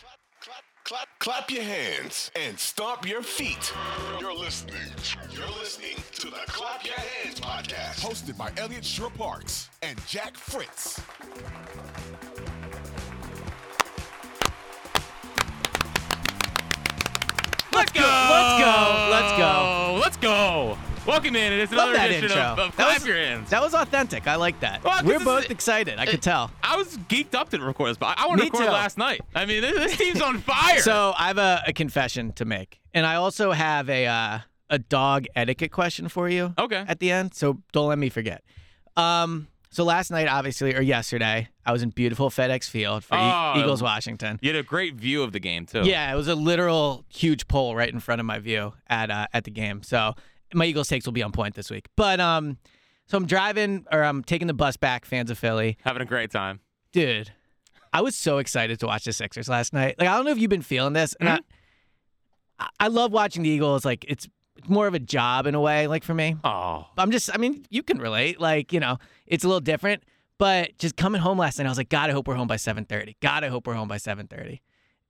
Clap, clap, clap, clap your hands and stomp your feet. You're listening. You're listening to the Clap Your Hands podcast, hosted by Elliot Shore Parks and Jack Fritz. Let's go. Let's go. Let's go. Let's go. Welcome in. It's Love another that edition intro. of, of that Clap was, Your Hands. That was authentic. I like that. Well, 'cause We're this both is- excited. I could tell. I was geeked up to record this, but I want to Me record too. last night. I mean, this, this team's on fire. So I have a, a confession to make, and I also have a uh, a dog etiquette question for you. Okay. At the end, so don't let me forget. Um. So last night, obviously, or yesterday, I was in beautiful FedEx Field for E- Oh. Eagles, Washington. you had a great view of the game too. Yeah, it was a literal huge pole right in front of my view at uh, at the game. So my Eagles takes will be on point this week. But um, so I'm driving or I'm taking the bus back, fans of Philly, having a great time. dude. I was so excited to watch the Sixers last night. Like I don't know if you've been feeling this, and I- I, I love watching the Eagles. Like it's it's more of a job in a way, like for me. Oh, I'm just, I mean, you can relate. Like, you know, it's a little different. But just coming home last night, I was like, God, I hope we're home by 7:30. God, I hope we're home by 7:30.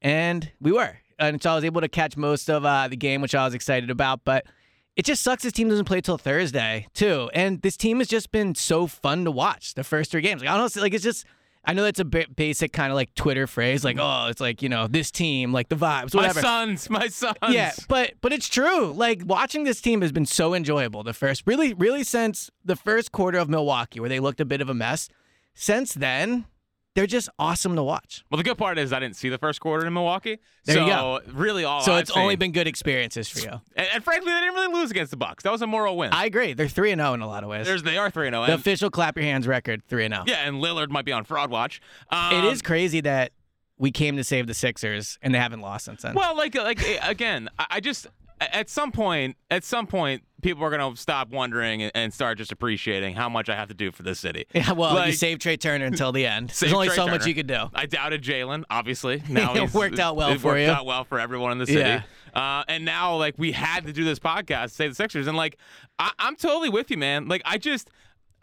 And we were. And so I was able to catch most of uh, the game, which I was excited about. But it just sucks this team doesn't play till Thursday, too. And this team has just been so fun to watch the first three games. Like, honestly, like, it's just, I know that's a ba- basic kind of like Twitter phrase, like, oh, it's like, you know, this team, like the vibes, my whatever. sons, my sons. Yeah, but but it's true. Like watching this team has been so enjoyable. The first, really, really since the first quarter of Milwaukee, where they looked a bit of a mess. Since then, they're just awesome to watch. Well, the good part is I didn't see the first quarter in Milwaukee. There so you go. Really, all so I've it's only seen- been good experiences for you. and, and frankly, they didn't really lose against the Bucks. That was a moral win. I agree. They're three and zero in a lot of ways. There's they are three and the zero. official clap your hands record three and zero. Yeah, and Lillard might be on fraud watch. It Um, is crazy that we came to save the Sixers and they haven't lost since then. Well, like like eh, again, I I just at some point, at some point, people are gonna stop wondering and- and start just appreciating how much I have to do for this city. yeah, well, you like- saved Trey Turner until the end. There's Save only Trey so much Turner. you could do. I doubted Jalen, obviously. Now It he's- worked out well it for worked you. out well for everyone in the city. Yeah. Uh, and now, like, we had to do this podcast, say the Sixers, and like, I- I'm totally with you, man. Like, I just.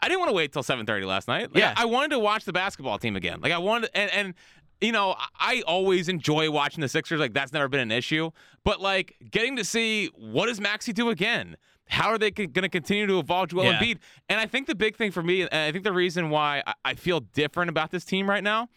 I didn't want to wait till 7:30 last night. Like, Yeah. I wanted to watch the basketball team again. Like I wanted, and and you know, I- I always enjoy watching the Sixers. Like that's never been an issue. But like getting to see what does Maxi do again? How are they going to continue to evolve Joel Yeah. Embiid? And I think the big thing for me, and I think the reason why I- I feel different about this team right now,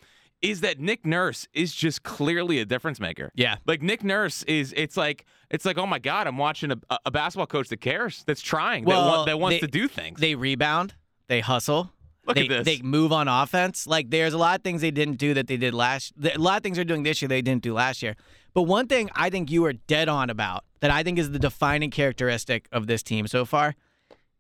is that Nick Nurse is just clearly a difference maker. Yeah. Like Nick Nurse is, it's like, it's like, oh my God, I'm watching a, a basketball coach that cares, that's trying, that, wa- Well, that wants to they- do things. They rebound. They hustle. Look they, at this. They move on offense. Like there's a lot of things they didn't do that they did last. A lot of things they're doing this year they didn't do last year. But one thing I think you are dead on about that I think is the defining characteristic of this team so far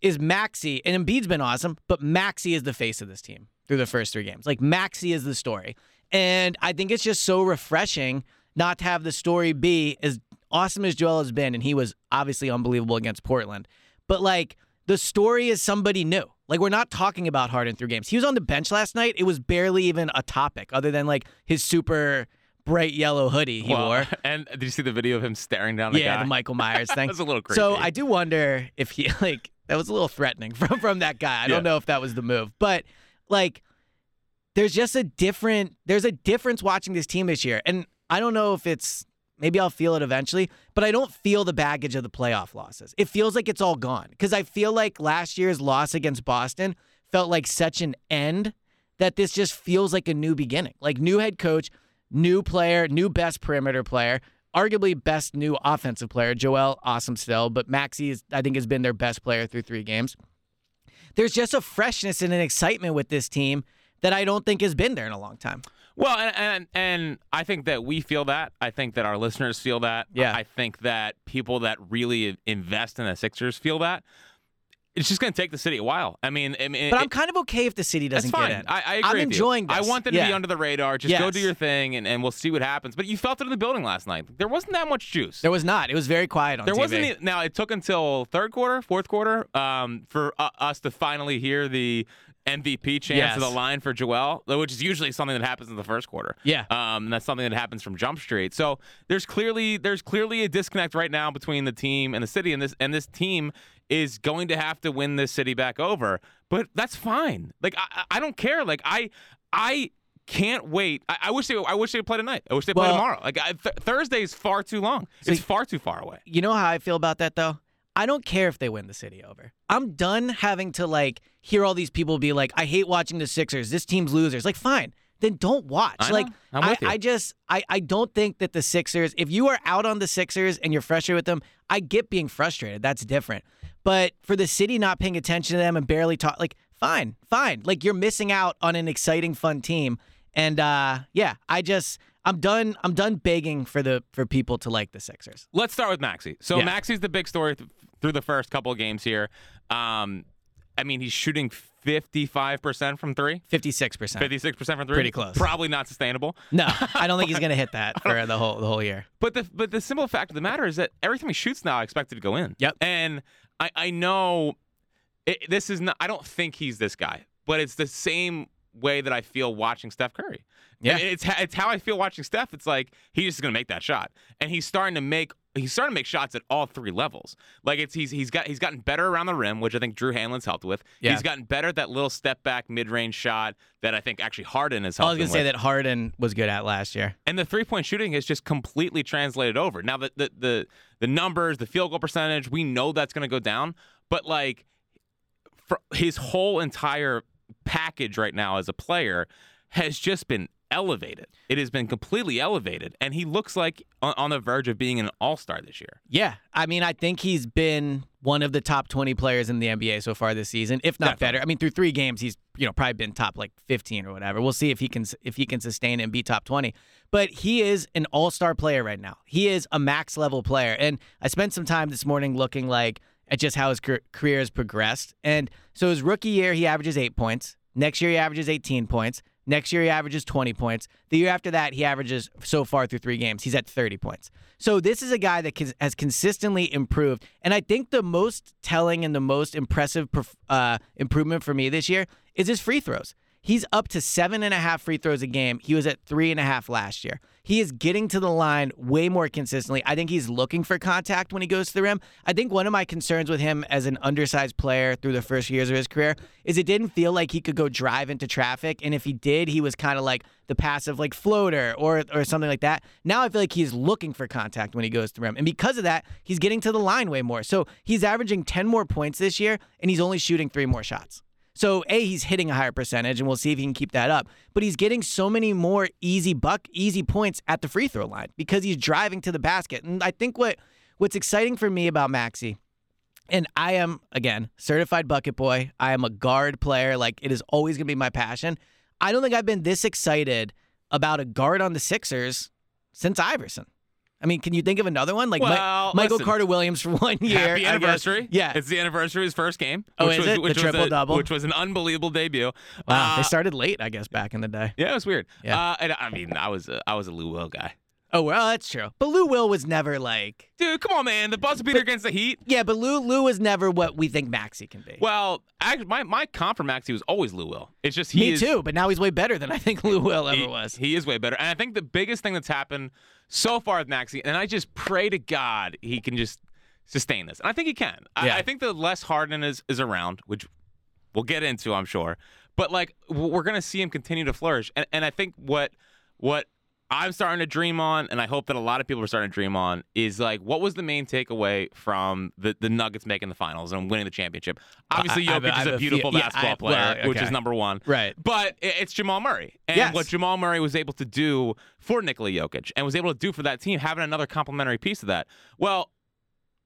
is Maxi. And Embiid's been awesome, but Maxi is the face of this team through the first three games. Like Maxi is the story, and I think it's just so refreshing not to have the story be as awesome as Joel has been, and he was obviously unbelievable against Portland. But like the story is somebody new. Like we're not talking about Harden through games. He was on the bench last night. It was barely even a topic, other than like his super bright yellow hoodie he Well, wore. And did you see the video of him staring down the yeah, guy? the Michael Myers thing. was a little So creepy. I do wonder if he like that was a little threatening from from that guy. I don't Yeah. know if that was the move, but like there's just a different there's a difference watching this team this year, and I don't know if it's maybe I'll feel it eventually, but I don't feel the baggage of the playoff losses. It feels like it's all gone because I feel like last year's loss against Boston felt like such an end that this just feels like a new beginning. Like new head coach, new player, new best perimeter player, arguably best new offensive player. Joel, awesome still, but Maxi is I think has been their best player through three games. There's just a freshness and an excitement with this team that I don't think has been there in a long time. Well, and, and and I think that we feel that. I think that our listeners feel that. Yeah. I think that people that really invest in the Sixers feel that. It's just going to take the city a while. I mean, I mean But it- I'm kind of okay if the city that's doesn't fine. get it. I, I agree. I'm with you. enjoying this. I want them to be Yeah. under the radar. Just go do Yes. your thing, and, and we'll see what happens. But you felt it in the building last night. There wasn't that much juice. There was not. It was very quiet on There TV. wasn't e- any, now. It took until third quarter, fourth quarter, um, for uh, us to finally hear the MVP chance Yes. of the line for Joel, which is usually something that happens in the first quarter. Yeah. um, and that's something that happens from Jump Street. So there's clearly there's clearly a disconnect right now between the team and the city, and this and this team is going to have to win this city back over. But that's fine. Like I, I I don't care. Like I I. Can't wait. I, I wish they. I wish they would play tonight. I wish they played Well- tomorrow. Like I, th- Thursday is far too long. it's far too far away. You know how I feel about that though? I don't care if they win the city over. I'm done having to like hear all these people be like, I hate watching the Sixers. This team's losers. Like, fine. Then don't watch. I know. like I'm with I, you. I just I, I don't think that the Sixers, if you are out on the Sixers and you're frustrated with them, I get being frustrated. That's different. But for the city not paying attention to them and barely talk like fine, fine. Like you're missing out on an exciting, fun team. And uh yeah, I just I'm done I'm done begging for the for people to like the Sixers. Let's start with Maxi. So Yeah. Maxi's the big story th- through the first couple of games here. Um, I mean, he's shooting 55% from three, Fifty six percent. 56% from three. Pretty close. Probably not sustainable. No, I don't think he's gonna hit that for the whole the whole year. But the but the simple fact of the matter is that every time he shoots now, I expect it to go in. Yep. And I I know it, this is not. I don't think he's this guy, but it's the same way that I feel watching Steph Curry. Yeah. And It's ho- it's how I feel watching Steph. It's like he's just gonna make that shot, and he's starting to make. He's starting to make shots at all three levels. Like it's he's he's got he's gotten better around the rim, which I think Drew Hanlon's helped with. Yeah. He's gotten better at that little step back mid range shot that I think actually Harden has I helped. was him gonna say with. that Harden was good at last year. And the three point shooting has just completely translated over. Now the the the, the numbers, the field goal percentage, we know that's going to go down. But like, for his whole entire package right now as a player has just been elevated. It has been completely elevated, and he looks like on, on the verge of being an all star this year. Yeah, I mean, I think he's been one of the top twenty players in the NBA so far this season, if not Definitely. better. I mean, through three games, he's you know probably been top like fifteen or whatever. We'll see if he can if he can sustain and be top twenty. But he is an all star player right now. He is a max level player, and I spent some time this morning looking like at just how his car- career has progressed. And so his rookie year, he averages eight points. Next year, he averages 18 points. Next year, he averages 20 points. The year after that, he averages so far through three games, he's at 30 points. So this is a guy that cons- has consistently improved. And I think the most telling and the most impressive perf- uh, improvement for me this year is his free throws. He's up to seven and a half free throws a game. He was at three and a half last year. He is getting to the line way more consistently. I think he's looking for contact when he goes to the rim. I think one of my concerns with him as an undersized player through the first years of his career is it didn't feel like he could go drive into traffic. And if he did, he was kind of like the passive like floater or or something like that. Now I feel like he's looking for contact when he goes to the rim. And because of that, he's getting to the line way more. So he's averaging 10 more points this year and he's only shooting three more shots. So a he's hitting a higher percentage, and we'll see if he can keep that up. But he's getting so many more easy buck, easy points at the free throw line because he's driving to the basket. And I think what what's exciting for me about Maxi, and I am again certified bucket boy. I am a guard player. Like it is always going to be my passion. I don't think I've been this excited about a guard on the Sixers since Iverson. I mean, can you think of another one like Mi- Well, Michael listen. Carter Williams for one year? I Happy guess. anniversary! Yeah, it's the anniversary of his first game. Oh, which is was, it? The Which was a- triple-double? which was an unbelievable debut. wow, Uh, they started late, I guess, back in the day. yeah, it was weird. Yeah. Uh, and I mean, I was a, I was a Lou Will guy. Oh well, that's true. But Lou Will was never like Dude, come on, man! The buzzer beater against the Heat. yeah, but Lou Lou was never what we think Maxi can be. Well, actually, my my comp for Maxi was always Lou Will. It's just he me is, too. But now he's way better than I think Lou Will ever he, was. He is way better. And I think the biggest thing that's happened so far with Maxi, and I just pray to God he can just sustain this. And I think he can. I, Yeah. I think the less Harden is is around, which we'll get into, I'm sure. But like w- we're gonna see him continue to flourish. And and I think what what I'm starting to dream on, and I hope that a lot of people are starting to dream on, is like what was the main takeaway from the, the Nuggets making the finals and winning the championship? Obviously, I- I have a- Jokic I have is a a few- beautiful yeah, I- basketball player, well, which is okay. number one. Right. But i- it's Jamal Murray. And Yes. what Jamal Murray was able to do for Nikola Jokic and was able to do for that team, having another complimentary piece of that. Well,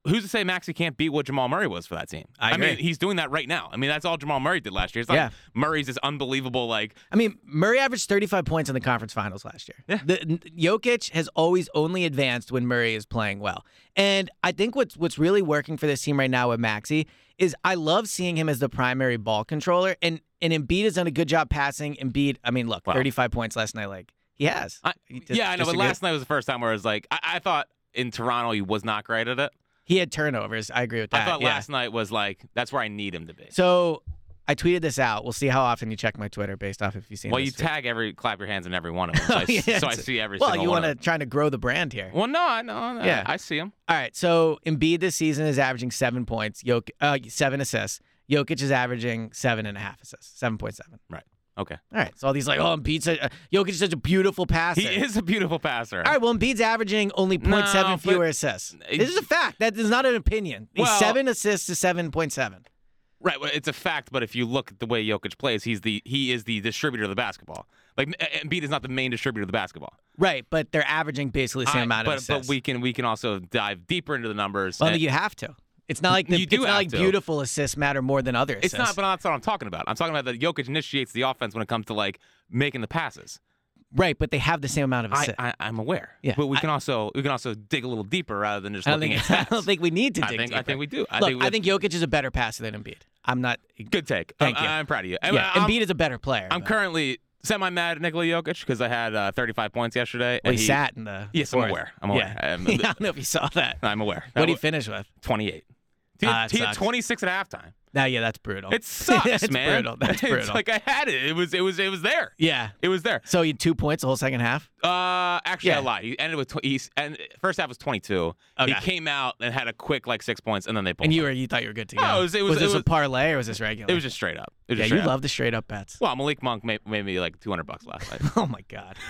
who's to say Maxi can't be what Jamal Murray was for that team? I agree. mean, he's doing that right now. I mean, that's all Jamal Murray did last year. It's not Yeah. Murray's this unbelievable, like, I mean, Murray averaged 35 points in the conference finals last year. Yeah. The, n- Jokic has always only advanced when Murray is playing well. And I think what's what's really working for this team right now with Maxi is I love seeing him as the primary ball controller. And and Embiid has done a good job passing. Embiid, I mean, look, Wow. 35 points last night. Like, he has. I, You dis- yeah, I know. But disagree? last night was the first time where I was like, I, I thought in Toronto he was not great at it. He had turnovers. I agree with that. I thought Uh, yeah. last night was like, that's where I need him to be. So I tweeted this out. We'll see how often you check my Twitter based off if you've seen well, you this tweet. tag every, clap your hands in every one of them. So, I, Oh, yeah, so I it's- see every Well, single you one. want of to trying to grow the brand here. them. Well, no, I know. Yeah. Yeah. I see him. All right, so Embiid this season is averaging seven points, Jok- uh, seven assists. Jokic is averaging seven and a half assists, seven point seven. Okay. All right, so all these like, oh, Embiid's such, uh, Jokic is such a beautiful passer. He is a beautiful passer. All right, well, Embiid's averaging only No, 0.7 but- fewer assists. This is a fact. That is not an opinion. He's Well- seven assists to seven point seven. Right, well, it's a fact, but if you look at the way Jokic plays, he's the he is the distributor of the basketball. Like E- Embiid is not the main distributor of the basketball. Right, but they're averaging basically the same I- amount but of but assists. we can we can also dive deeper into the numbers. well, and- you have to. It's not like the, You it's do not have like to. beautiful assists matter more than other it's assists. not, but that's not what I'm talking about. I'm talking about that Jokic initiates the offense when it comes to like making the passes. right, but they have the same amount of I, assists. I I'm aware. Yeah, but we I- can also we can also dig a little deeper rather than just I don't looking think at I stats. don't think we need to I dig think, deeper. I think we do. I Look, think we I think Jokic is a better passer than Embiid. I'm not. good take. Thank I'm, you. I'm proud of you. I- Yeah, I'm, Embiid is a better player. I'm though. currently semi mad at Nikola Jokic because I had uh, 35 points yesterday. Well, and he, sat in the. Yes, I'm fourth. aware. I'm aware. Yeah. I'm- I don't know if you saw that. I'm aware. What That did he wa- finish with? 28. Dude, Ah, that he had sucks. 26 at halftime. Now, yeah, that's brutal. It sucks, That's man. brutal. That's It's brutal. like I had it. It was it was it was there. yeah. It was there. So you had two points the whole second half. Uh, actually, Yeah. I lied. He ended with tw- he and first half was 22. Okay. He came out and had a quick like six points, and then they pulled. And you him. were you thought you were good to go. No, it was- it was- it this a was- parlay or was this regular? It was just straight up. It was yeah, just you straight up. love the straight up bets. Well, Malik Monk made, made me like 200 bucks last night. Oh my god.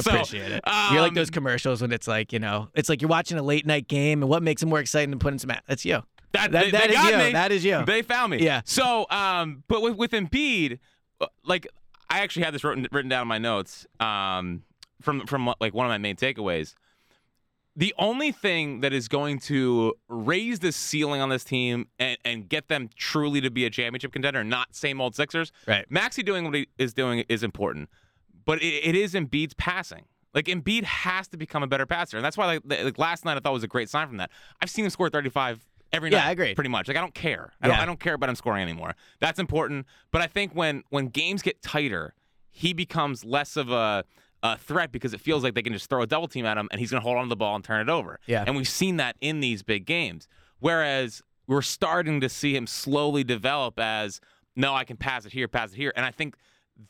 So, Appreciate it. You're like um, those commercials when it's like, you know, it's like you're watching a late night game and what makes it more exciting than putting some a- that's you. That, That- they, that they is got you. me. That is you. They found me. Yeah. So, um, but with, with Embiid, uh, like I actually had this written, written down in my notes um, from from like one of my main takeaways. The only thing that is going to raise the ceiling on this team and, and get them truly to be a championship contender, not same old Sixers, Right. Maxi doing what he is doing is important, but it, it is Embiid's passing. Like Embiid has to become a better passer, and that's why like, like last night I thought was a great sign from that. I've seen him score 35 every Yeah, night. I agree. Pretty much. Like I don't care. I, don't, Yeah. I don't care about him scoring anymore. That's important. But I think when when games get tighter, he becomes less of a a threat because it feels like they can just throw a double team at him and he's going to hold on to the ball and turn it over. Yeah. And we've seen that in these big games. Whereas we're starting to see him slowly develop as no, I can pass it here, pass it here. And I think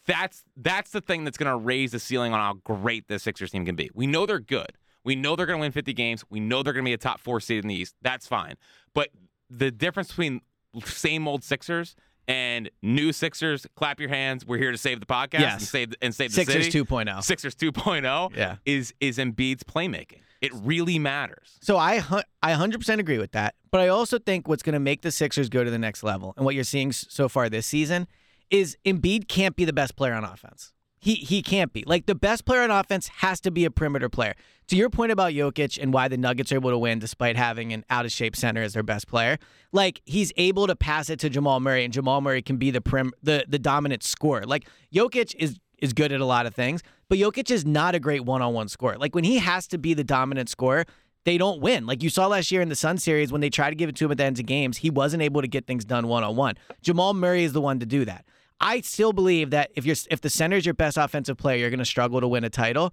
that's that's the thing that's going to raise the ceiling on how great this Sixers team can be. We know they're good. We know they're going to win 50 games. We know they're going to be a top 4 seed in the East. That's fine. But the difference between same old Sixers and new Sixers, clap your hands. We're here to save the podcast and Yes. save and save the Sixers city. 2.0. Sixers oh. 2.0 Yeah. is is Embiid's playmaking. It really matters. So I hu- I 100% agree with that, but I also think what's going to make the Sixers go to the next level and what you're seeing s- so far this season is Embiid can't be the best player on offense. He he can't be. Like the best player on offense has to be a perimeter player. To your point about Jokic and why the Nuggets are able to win despite having an out of shape center as their best player, like he's able to pass it to Jamal Murray and Jamal Murray can be the prim the the dominant scorer. Like Jokic is is good at a lot of things, but Jokic is not a great one-on-one scorer. Like when he has to be the dominant scorer, they don't win. Like you saw last year in the Sun series when they tried to give it to him at the ends of games, he wasn't able to get things done one-on-one. Jamal Murray is the one to do that. I still believe that if you're if the center is your best offensive player, you're going to struggle to win a title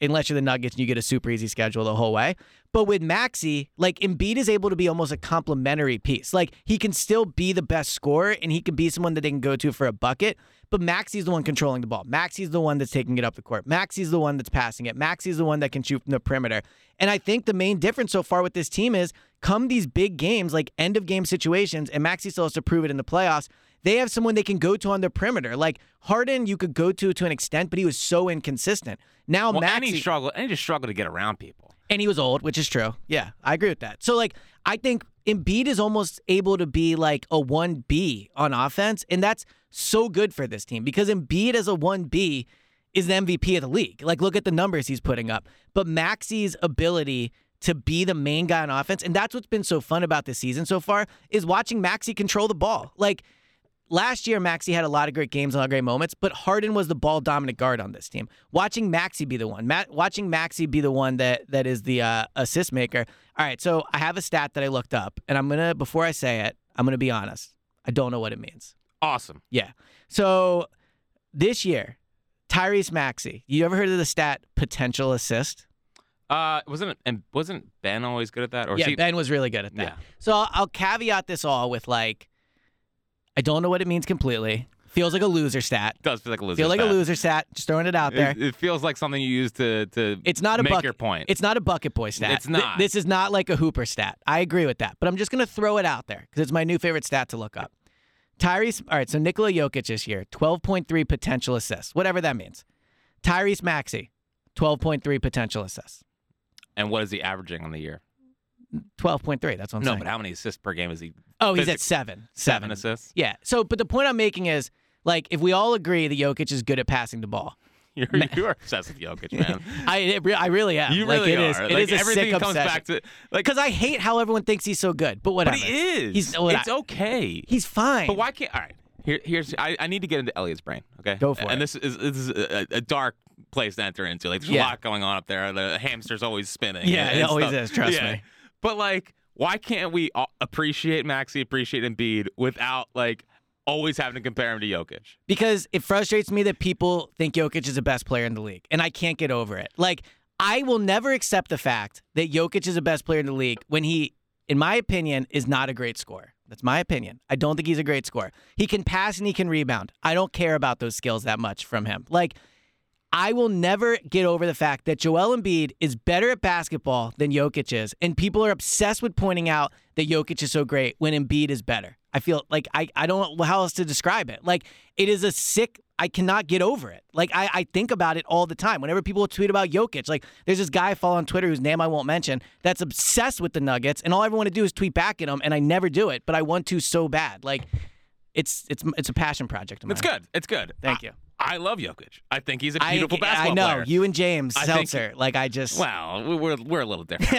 unless you're the Nuggets and you get a super easy schedule the whole way. But with Maxi, like Embiid is able to be almost a complementary piece. Like he can still be the best scorer and he can be someone that they can go to for a bucket. But Maxi's the one controlling the ball. Maxi's the one that's taking it up the court. Maxi's the one that's passing it. Maxi's the one that can shoot from the perimeter. And I think the main difference so far with this team is come these big games, like end of game situations, and Maxi still has to prove it in the playoffs they have someone they can go to on the perimeter. Like Harden, you could go to to an extent, but he was so inconsistent. Now Well, and Maxi he struggled and he just struggled to get around people. and he was old, which is true. Yeah, I agree with that. So like I think Embiid is almost able to be like a 1B on offense, and that's so good for this team because Embiid as a 1B is the MVP of the league. Like look at the numbers he's putting up. But Maxi's ability to be the main guy on offense. And that's what's been so fun about this season so far is watching Maxi control the ball. Like last year, Maxi had a lot of great games and a lot of great moments, but Harden was the ball dominant guard on this team. Watching Maxi be the one, Ma- watching Maxi be the one that that is the uh, assist maker. All right, so I have a stat that I looked up, and I'm gonna before I say it, I'm gonna be honest. I don't know what it means. Awesome. Yeah. So this year, Tyrese Maxey. You ever heard of the stat potential assist? Uh, wasn't it, and wasn't Ben always good at that? Or yeah, is he- Ben was really good at that. Yeah. So I'll, I'll caveat this all with like, I don't know what it means completely. Feels like a loser stat. does feel like a loser. Feel like stat. a loser stat. Just throwing it out there. It, it feels like something you use to to It's not a make bucket. your point. It's not a bucket boy stat. It's Th- not. this is not like a Hooper stat. I agree with that, but I'm just gonna throw it out there because it's my new favorite stat to look up. Tyrese. All right, so Nikola Jokic this year, 12.3 potential assists, whatever that means. Tyrese Maxey, 12.3 potential assists. and what is he averaging on the year? 12.3. That's what I'm no, saying. but how many assists per game is he? oh, he's at physic- seven. seven assists. Yeah. So, but the point I'm making is, like, if we all agree that Jokic is good at passing the ball, You're, you are obsessed with Jokic, man. I it, re- I really am. you like, really it are. is- like it is a everything sick comes obsession. back to like. because I hate how everyone thinks he's so good. But But whatever. he is. He's what it's I- okay. He's fine. But why can't? All right. Here, here's. I, I need to get into Elliot's brain. Okay. Go for and it. And this is this is a, a dark place to enter into. Like there's Yeah. a lot going on up there. The hamster's always spinning. Yeah, and- it and always stuff. is, trust Yeah. me. But like, why can't we all appreciate Maxi, appreciate Embiid without like always having to compare him to Jokic? Because it frustrates me that people think Jokic is the best player in the league, and I can't get over it. Like, I will never accept the fact that Jokic is the best player in the league when he, in my opinion, is not a great scorer. That's my opinion. I don't think he's a great scorer. He can pass and he can rebound. I don't care about those skills that much from him. Like, I will never get over the fact that Joel Embiid is better at basketball than Jokic is, and people are obsessed with pointing out that Jokic is so great when Embiid is better. I feel like I, I don't know how else to describe it. Like it is a sick I cannot get over it. Like I, I think about it all the time. Whenever people tweet about Jokic, like there's this guy I follow on Twitter whose name I won't mention that's obsessed with the Nuggets, and all I want to do is tweet back at him, and I never do it, but I want to so bad. Like it's it's it's a passion project. Of mine. It's good. It's good. Thank I- you. I love Jokic. I think he's a I, beautiful basketball I know player. you and James I think- Seltzer. like I just Well, we- we're we're a little different.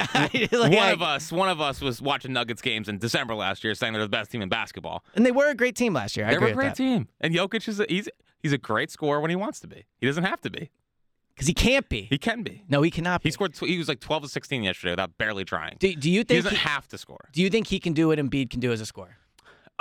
Like, one of uh, us, one of us was watching Nuggets games in December last year, saying they're the best team in basketball. and they were a great team last year. I They're agree a great with that. team, and Jokic is a, he's he's a great scorer when he wants to be. He doesn't have to be. Because he can't be. He can be. no, he cannot. Be. He scored. Tw- he was like twelve to sixteen yesterday without barely trying. Do, do you he think? doesn't he- have to score. do you think he can do what Embiid can do as a scorer?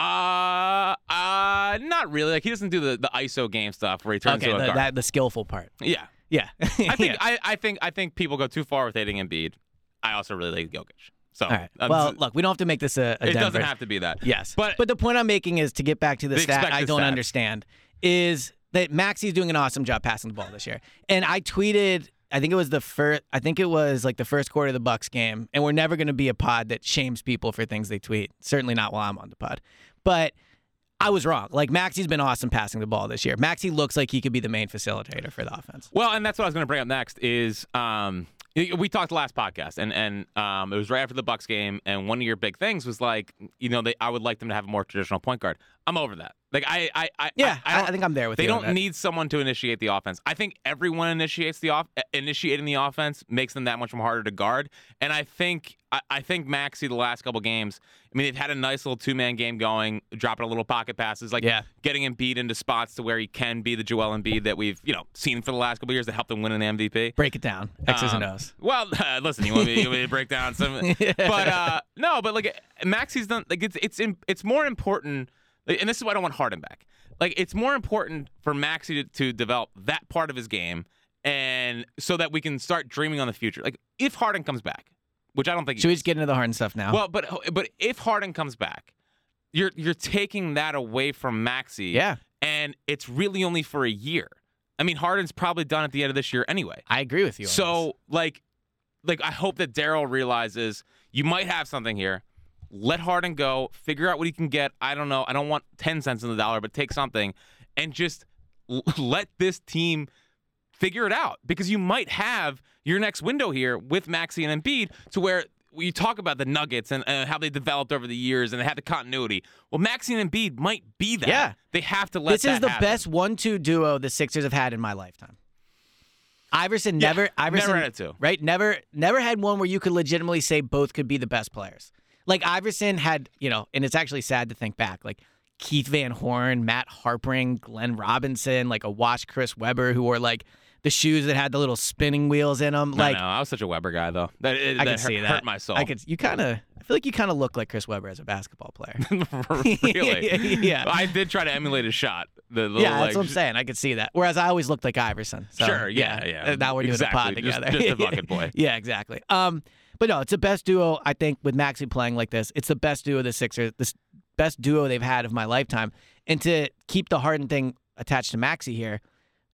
Uh, uh, not really. Like he doesn't do the, the ISO game stuff where he turns okay, into a the, guard. that the skillful part. yeah, Yeah, I I think I, I think I think people go too far with hating Embiid. I also really like Jokic. So All right. um, Well, it look, we don't have to make this a. a doesn't Denver- have to be that. Yes, but the point I'm making is to get back to the They stat expect I the don't stat. understand is that Maxi's doing an awesome job passing the ball this year, and I tweeted. I think it was the first. I think it was like the first quarter of the Bucks game, and we're never going to be a pod that shames people for things they tweet. Certainly not while I'm on the pod, but. I was wrong. Like Maxi's been awesome passing the ball this year. Maxi looks like he could be the main facilitator for the offense. Well, and that's what I was going to bring up next is um, we talked last podcast, and and um, it was right after the Bucks game, and one of your big things was like, you know, they I would like them to have a more traditional point guard. I'm over that. Like I I I Yeah, I, I I, don't- I think I'm there with they you. on don't that. need someone to initiate the offense. I think everyone initiates the off eh, initiating the offense makes them that much more harder to guard. And I think I, I think Maxi the last couple games, I mean they've had a nice little two man game going, dropping a little pocket passes, like Yeah. getting him beat into spots to where he can be the Joel Embiid that we've you know seen for the last couple years that helped him win an MVP. break it down. X's and Um, O's. Well, listen, you want me, you want me to break down some, but uh, no, but like Maxi's done, like it's it's im- it's more important, like, and this is why I don't want Harden back. Like it's more important for Maxi to, to develop that part of his game, and so that we can start dreaming on the future. Like if Harden comes back, which I don't think. he Should we just get into the hard stuff now? well, but but if Harden comes back, you're you're taking that away from Maxi. yeah, and it's really only for a year. I mean, Harden's probably done at the end of this year anyway. I agree with you. on this. So like, like I hope that Daryl realizes you might have something here. Let Harden go. Figure out what he can get. I don't know. I don't want ten cents on the dollar, but take something, and just l- let this team figure it out because you might have your next window here with Maxi and Embiid to where. You talk about the Nuggets and uh, how they developed over the years, and they had the continuity. Well, Maxi and Embiid might be that. Yeah. they have to let. this is that the happen. best one-two duo the Sixers have had in my lifetime. Iverson Yeah, never Iverson never had two. Right? Never never had one where you could legitimately say both could be the best players. Like Iverson had, you know, and it's actually sad to think back, like Keith Van Horn, Matt Harpering, Glenn Robinson, like a watch Chris Webber who wore like the shoes that had the little spinning wheels in them. No, like no, I was such a Weber guy though. That, it, I that could hurt, see that. hurt my soul. I could you kinda I feel like you kinda look like Chris Webber as a basketball player. really? Yeah. I did try to emulate his shot. The little, Yeah, like, that's what I'm saying. I could see that. Whereas I always looked like Iverson. So, Sure, yeah, yeah. Uh, Now we're doing a pod Exactly, just- together. just a bucket boy. yeah, exactly. Um, but no, it's the best duo I think with Maxi playing like this. It's the best duo the Sixers, this best duo they've had of my lifetime. And to keep the Harden thing attached to Maxi here,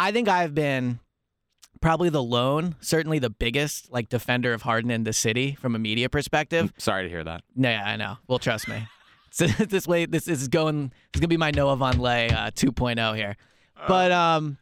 I think I've been probably the lone, certainly the biggest like defender of Harden in the city from a media perspective. Sorry to hear that. No, yeah, I know. Well, trust me. So this way, this is going. It's gonna be my Noah Von Lay uh, 2.0 here. But um,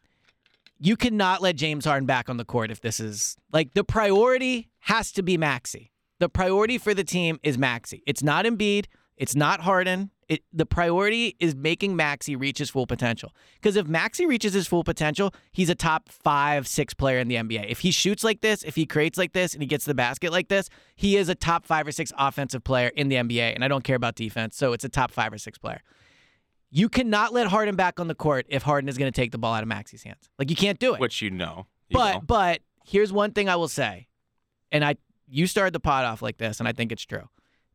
you cannot let James Harden back on the court if this is like the priority has to be Maxi. The priority for the team is Maxi. It's not Embiid. It's not Harden. It, the priority is making Maxi reach his full potential. Because if Maxi reaches his full potential, he's a top five, six player in the NBA. If he shoots like this, if he creates like this, and he gets to the basket like this, he is a top five or six offensive player in the NBA. And I don't care about defense, so it's a top five or six player. You cannot let Harden back on the court if Harden is going to take the ball out of Maxi's hands. Like you can't do it. Which you know. You But know. but here's one thing I will say, and I you started the pot off like this, and I think it's true.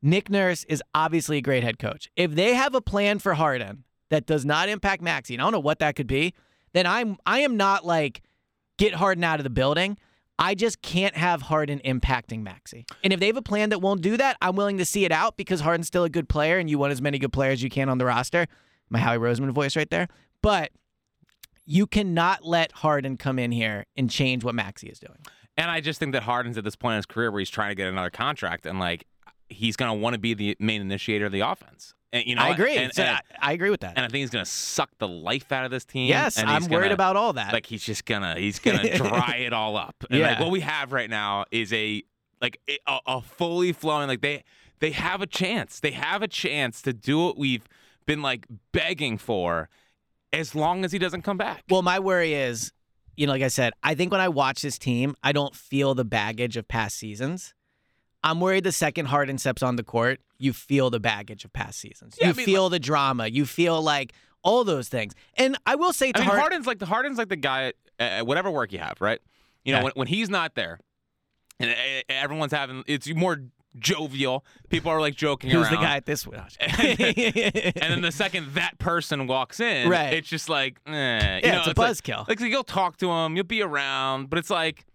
Nick Nurse is obviously a great head coach. If they have a plan for Harden that does not impact Maxi, and I don't know what that could be, then I'm I am not like get Harden out of the building. I just can't have Harden impacting Maxi. And if they have a plan that won't do that, I'm willing to see it out because Harden's still a good player and you want as many good players as you can on the roster. My Howie Roseman voice right there. But you cannot let Harden come in here and change what Maxi is doing. And I just think that Harden's at this point in his career where he's trying to get another contract, and like he's going to want to be the main initiator of the offense. And, you know, I agree. And, So and- I, I agree with that. and I think he's going to suck the life out of this team. yes, and I'm he's worried gonna- about all that. Like he's just gonna he's gonna dry it all up. And like Yeah. what we have right now is a like a, a fully flowing like they they have a chance. They have a chance to do what we've been like begging for as long as he doesn't come back. well, my worry is, you know, like I said, I think when I watch this team, I don't feel the baggage of past seasons. I'm worried the second Harden steps on the court, you feel the baggage of past seasons. Yeah, you I mean, feel the drama. You feel like all those things. And I will say, to I mean, Har- Harden's like the Harden's like the guy at, at whatever work you have, right? You know, Yeah. when, when he's not there, and uh, everyone's having it's more jovial. People are like joking who's around. the guy at this? and and then the second that person walks in, Right. it's just like, eh. you Yeah, know, it's a like- buzzkill. Like, you'll talk to him, you'll be around, but it's like,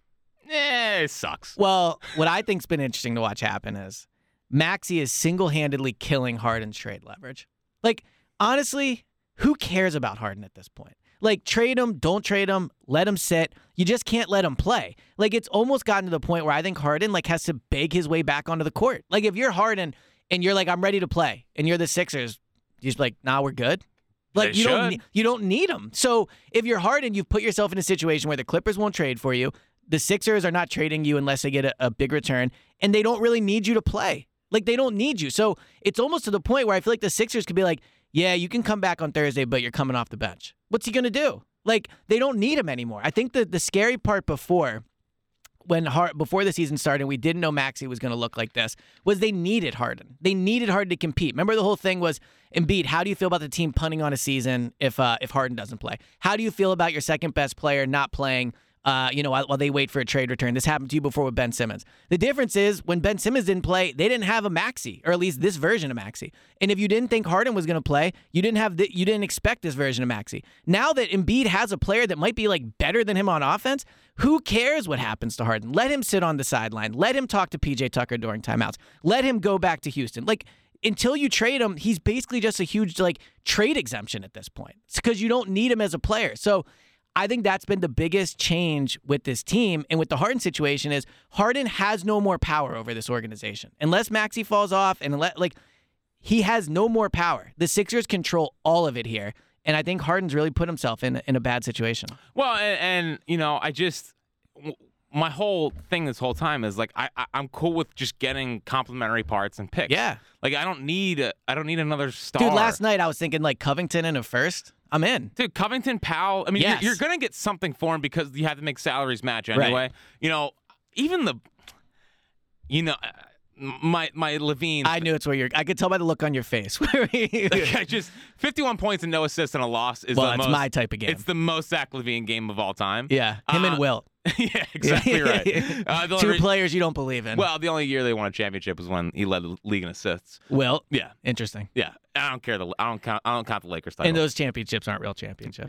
eh, it sucks. Well, what I think's been interesting to watch happen is Maxi is single-handedly killing Harden's trade leverage. Like honestly, who cares about Harden at this point? Like trade him, don't trade him, let him sit. You just can't let him play. Like it's almost gotten to the point where I think Harden like has to beg his way back onto the court. Like if you're Harden and you're like I'm ready to play and you're the Sixers, you're just like, "Nah, we're good." Like They you should. don't ne- you don't need him. So if you're Harden, you've put yourself in a situation where the Clippers won't trade for you. The Sixers are not trading you unless they get a, a big return, and they don't really need you to play. Like they don't need you. So it's almost to the point where I feel like the Sixers could be like, "Yeah, you can come back on Thursday, but you're coming off the bench. What's he gonna do?" Like they don't need him anymore. I think the the scary part before when Har- before the season started, we didn't know Maxi was going to look like this. Was they needed Harden? They needed Harden to compete. Remember the whole thing was Embiid. How do you feel about the team punting on a season if uh, if Harden doesn't play? How do you feel about your second best player not playing? uh, you know, while, while they wait for a trade return. This happened to you before with Ben Simmons. The difference is when Ben Simmons didn't play, they didn't have a maxi, or at least this version of maxi. And if you didn't think Harden was going to play, you didn't have the, you didn't expect this version of maxi. Now that Embiid has a player that might be like better than him on offense, who cares what happens to Harden? Let him sit on the sideline. Let him talk to PJ Tucker during timeouts. Let him go back to Houston. Like until you trade him, he's basically just a huge like trade exemption at this point. It's because you don't need him as a player. So I think that's been the biggest change with this team and with the Harden situation is Harden has no more power over this organization. Unless Maxi falls off and let like he has no more power. The Sixers control all of it here. And I think Harden's really put himself in in a bad situation. Well, and, and you know, I just my whole thing this whole time is like I, I I'm cool with just getting complimentary parts and picks. Yeah. like I don't need a, I don't need another star. Dude, last night I was thinking like Covington in a first. I'm in. Dude, Covington Powell. I mean, Yes. you're, you're gonna get something for him because you have to make salaries match Right. anyway. You know, even the, you know, uh, my my Levine. I knew it's where you're. I could tell by the look on your face. Where you- Like, I just 51 points and no assists and a loss is well, the it's most, my type of game. It's the most Zach Levine game of all time. yeah, him Uh, and Will. yeah, exactly right. Uh, the only Two re- players you don't believe in. Well, the only year they won a championship was when he led the league in assists. Will. Yeah, Interesting. yeah. I don't care. The I don't count. I don't count the Lakers title. And those championships aren't real championships.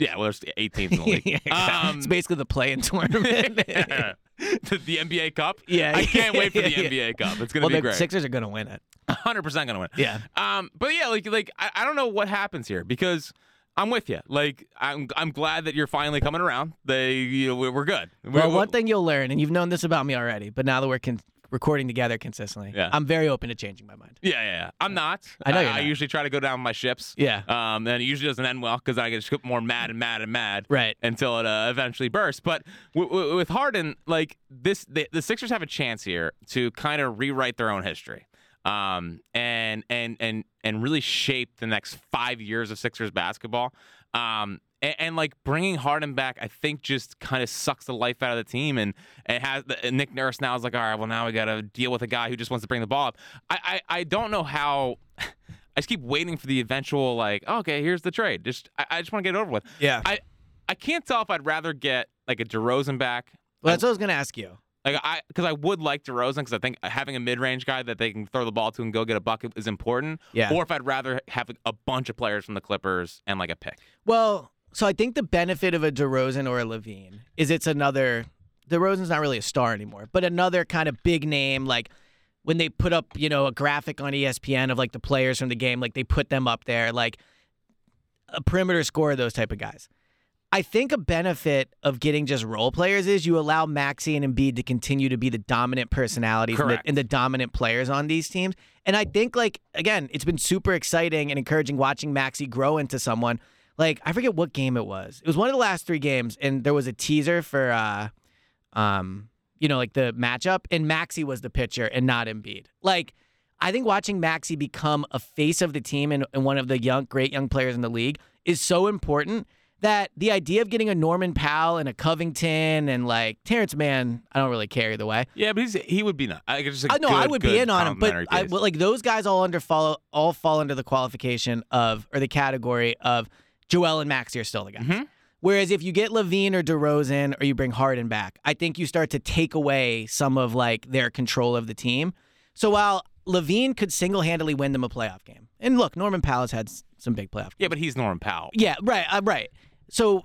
yeah, well, there's 18th in the league. Yeah, exactly. Um, it's basically the play-in tournament. the, the NBA Cup. Yeah, I can't wait for the yeah, yeah. NBA Cup. It's gonna well, be the great. Sixers are going to win it. hundred percent gonna win. Yeah. Um, but yeah, like like I, I don't know what happens here because I'm with you. Like I'm I'm glad that you're finally coming around. They you know, we're we're good. We're- Well, one thing you'll learn, and you've known this about me already, but now that we're con- recording together consistently, Yeah. I'm very open to changing my mind. Yeah, yeah, yeah. I'm not. I know I, you're I not. usually try to go down my ships. Yeah. Um, and it usually doesn't end well because I get just more mad and mad and mad. Right. Until it uh, eventually bursts. But w- w- with Harden, like this, the, the Sixers have a chance here to kind of rewrite their own history. Um, and and and and really shape the next five years of Sixers basketball. Um. And, and like bringing Harden back, I think just kind of sucks the life out of the team, and it has and Nick Nurse now is like, all right, well now we got to deal with a guy who just wants to bring the ball up. I I, I don't know how I just keep waiting for the eventual like, oh, okay, here's the trade. Just I, I just want to get it over with. Yeah. I I can't tell if I'd rather get like a DeRozan back. Well, that's what I was going to ask you. Like I because I would like DeRozan because I think having a mid-range guy that they can throw the ball to and go get a bucket is important. Yeah. Or if I'd rather have a bunch of players from the Clippers and like a pick. Well, so I think the benefit of a DeRozan or a Levine is it's another. DeRozan's not really a star anymore, but another kind of big name. Like when they put up, you know, a graphic on E ESPN of like the players from the game, like they put them up there, like a perimeter scorer, those type of guys. I think a benefit of getting just role players is you allow Maxi and Embiid to continue to be the dominant personalities and the, Correct. and the dominant players on these teams. And I think like again, it's been super exciting and encouraging watching Maxi grow into someone. Like I forget what game it was. It was one of the last three games, and there was a teaser for uh, um, you know, like the matchup, and Maxi was the pitcher and not Embiid. Like, I think watching Maxi become a face of the team and, and one of the young, great young players in the league is so important that the idea of getting a Norman Powell and a Covington and like Terrence Mann, I don't really care either way. Yeah, but he's, he would be not. I could just I know I would be in on him, but I, well, like those guys all under follow all fall under the qualification of or the category of Joel and Maxi are still the guys. Whereas if you get Levine or DeRozan or you bring Harden back, I think you start to take away some of like their control of the team. So while Levine could single handedly win them a playoff game, and look, Norman Powell has had s- some big playoff yeah, but he's Norman Powell. yeah, right, uh, right. So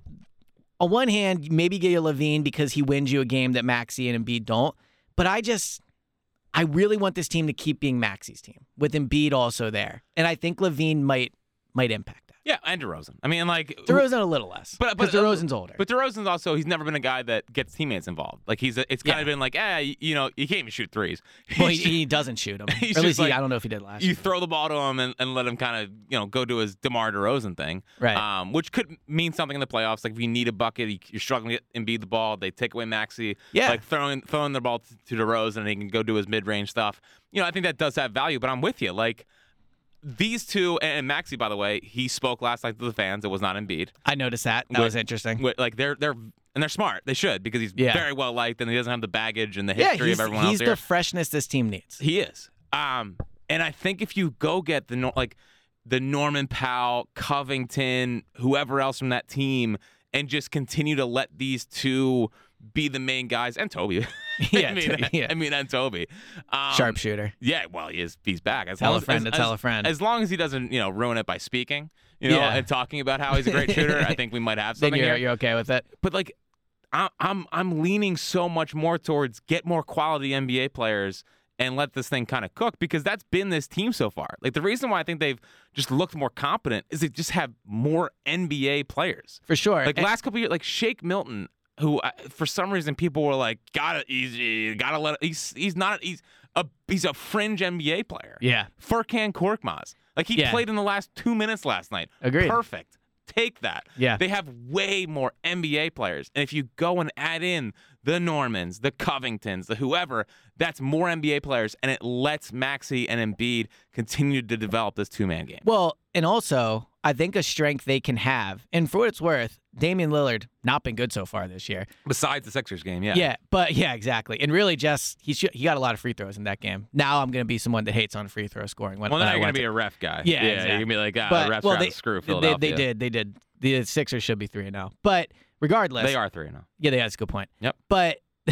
on one hand, maybe get you Levine because he wins you a game that Maxi and Embiid don't. But I just, I really want this team to keep being Maxi's team with Embiid also there, and I think Levine might might impact that. Yeah, and DeRozan. I mean, like DeRozan a little less, But- but, 'cause DeRozan's older. But DeRozan's also he's never been a guy that gets teammates involved. Like he's a, it's kind of Yeah. been like, eh, you, you know, you can't even shoot threes. well, he, He's he doesn't shoot him. Or He's at least just like- he, I don't know if he did last. you year. throw the ball to him and, and let him kind of you know go do his Demar Derozan thing, Right. Um, which could mean something in the playoffs. Like if you need a bucket, you- you're struggling to get Embiid the ball, they take away Maxi. Yeah. like throwing throwing the ball to, to DeRozan and he can go do his mid range stuff. You know, I think that does have value. But I'm with you, like. These two and and Maxi, by the way, he spoke last night to the fans. It was not Embiid. I noticed that. That Wait, was interesting. Wh- Like they're they're and they're smart. They should because he's Yeah. very well liked and he doesn't have the baggage and the yeah, history he's, of everyone he's else here. the freshness this team needs. He is. Um, and I think if you go get the Nor- like the Norman Powell, Covington, whoever else from that team, and just continue to let these two be the main guys and Toby. Yeah, I mean, Toby, yeah. I mean, and Toby. Um, Sharpshooter. Yeah, well, he is, he's back. As Tell long a as- friend as, to tell as- a friend. As long as he doesn't, you know, ruin it by speaking, you know, Yeah. and talking about how he's a great shooter, I think we might have Then something you're, here. you're okay with it. But like, I, I'm I'm leaning so much more towards get more quality NBA players and let this thing kind of cook because that's been this team so far. Like the reason why I think they've just looked more competent is they just have more NBA players. For sure. Like And- last couple years, like Shake Milton, who I, for some reason people were like, gotta he's gotta let he's he's not he's a he's a fringe NBA player. Yeah. Furkan Korkmaz, like he Yeah. played in the last two minutes last night. Agreed. Perfect. Take that. Yeah. They have way more NBA players, and if you go and add in the Normans, the Covingtons, the whoever, that's more NBA players, and it lets Maxi and Embiid continue to develop this two-man game. Well, and also, I think a strength they can have, and for what it's worth, Damian Lillard not been good so far this year. Besides the Sixers game, yeah. but yeah, exactly. And really, just he shoot, he got a lot of free throws in that game. Now I'm gonna be someone that hates on free throw scoring. When, Well, when now I you're gonna want be to. a ref guy. Yeah, yeah. You're exactly. gonna be like, ah, but the refs well, are out they, to screw they- they, Philadelphia. they did, they did. The Sixers should be three and zero, but regardless, They are three oh. now. Yeah, they- that's a good point. Yep. But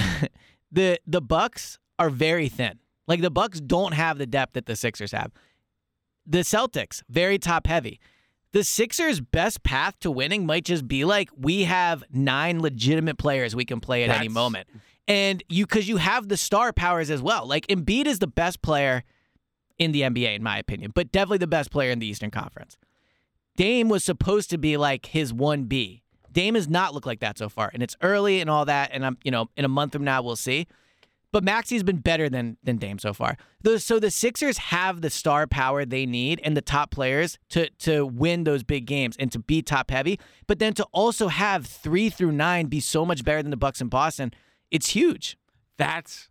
the the Bucks are very thin. Like the Bucks don't have the depth that the Sixers have. The Celtics very top heavy. The Sixers' best path to winning might just be like we have nine legitimate players we can play at any That's- moment, and you because you have the star powers as well. Like Embiid is the best player in the NBA in my opinion, but definitely the best player in the Eastern Conference. Dame was supposed to be like his 1B. Dame has not looked like that so far, and it's early and all that. And I'm, you know, in a month from now we'll see. But Maxi's been better than than Dame so far. The, so the Sixers have the star power they need and the top players to to win those big games and to be top heavy. But then to also have three through nine be so much better than the Bucks in Boston, it's huge. That's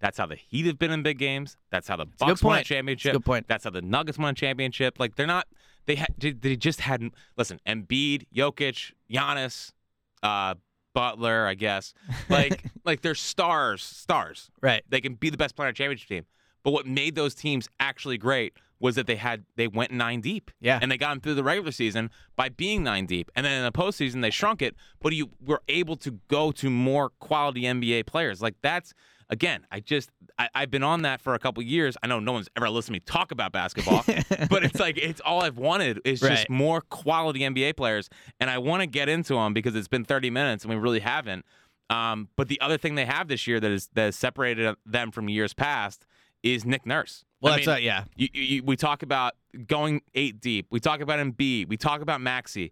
that's how the Heat have been in big games. That's how the a good Bucks won a point. It's a championship. good point. That's how the Nuggets won a championship. Like they're not. They had. They just hadn't. Listen, Embiid, Jokic, Giannis, uh, Butler. I guess. Like like they're stars. Stars. Right. They can be the best player on a championship team. But what made those teams actually great was that they had they went nine deep. Yeah. And they got them through the regular season by being nine deep. And then in the postseason they shrunk it, but you were able to go to more quality NBA players. Like that's again, I just I, I've been on that for a couple years. I know no one's ever listened to me talk about basketball, but it's like it's all I've wanted is just Right. more quality NBA players. And I want to get into them because it's been 30 minutes and we really haven't. Um, but the other thing they have this year that is that has separated them from years past is Nick Nurse. Well, I that's mean, uh, yeah. you, you, you- we talk about going eight deep. We talk about Embiid. We talk about Maxi.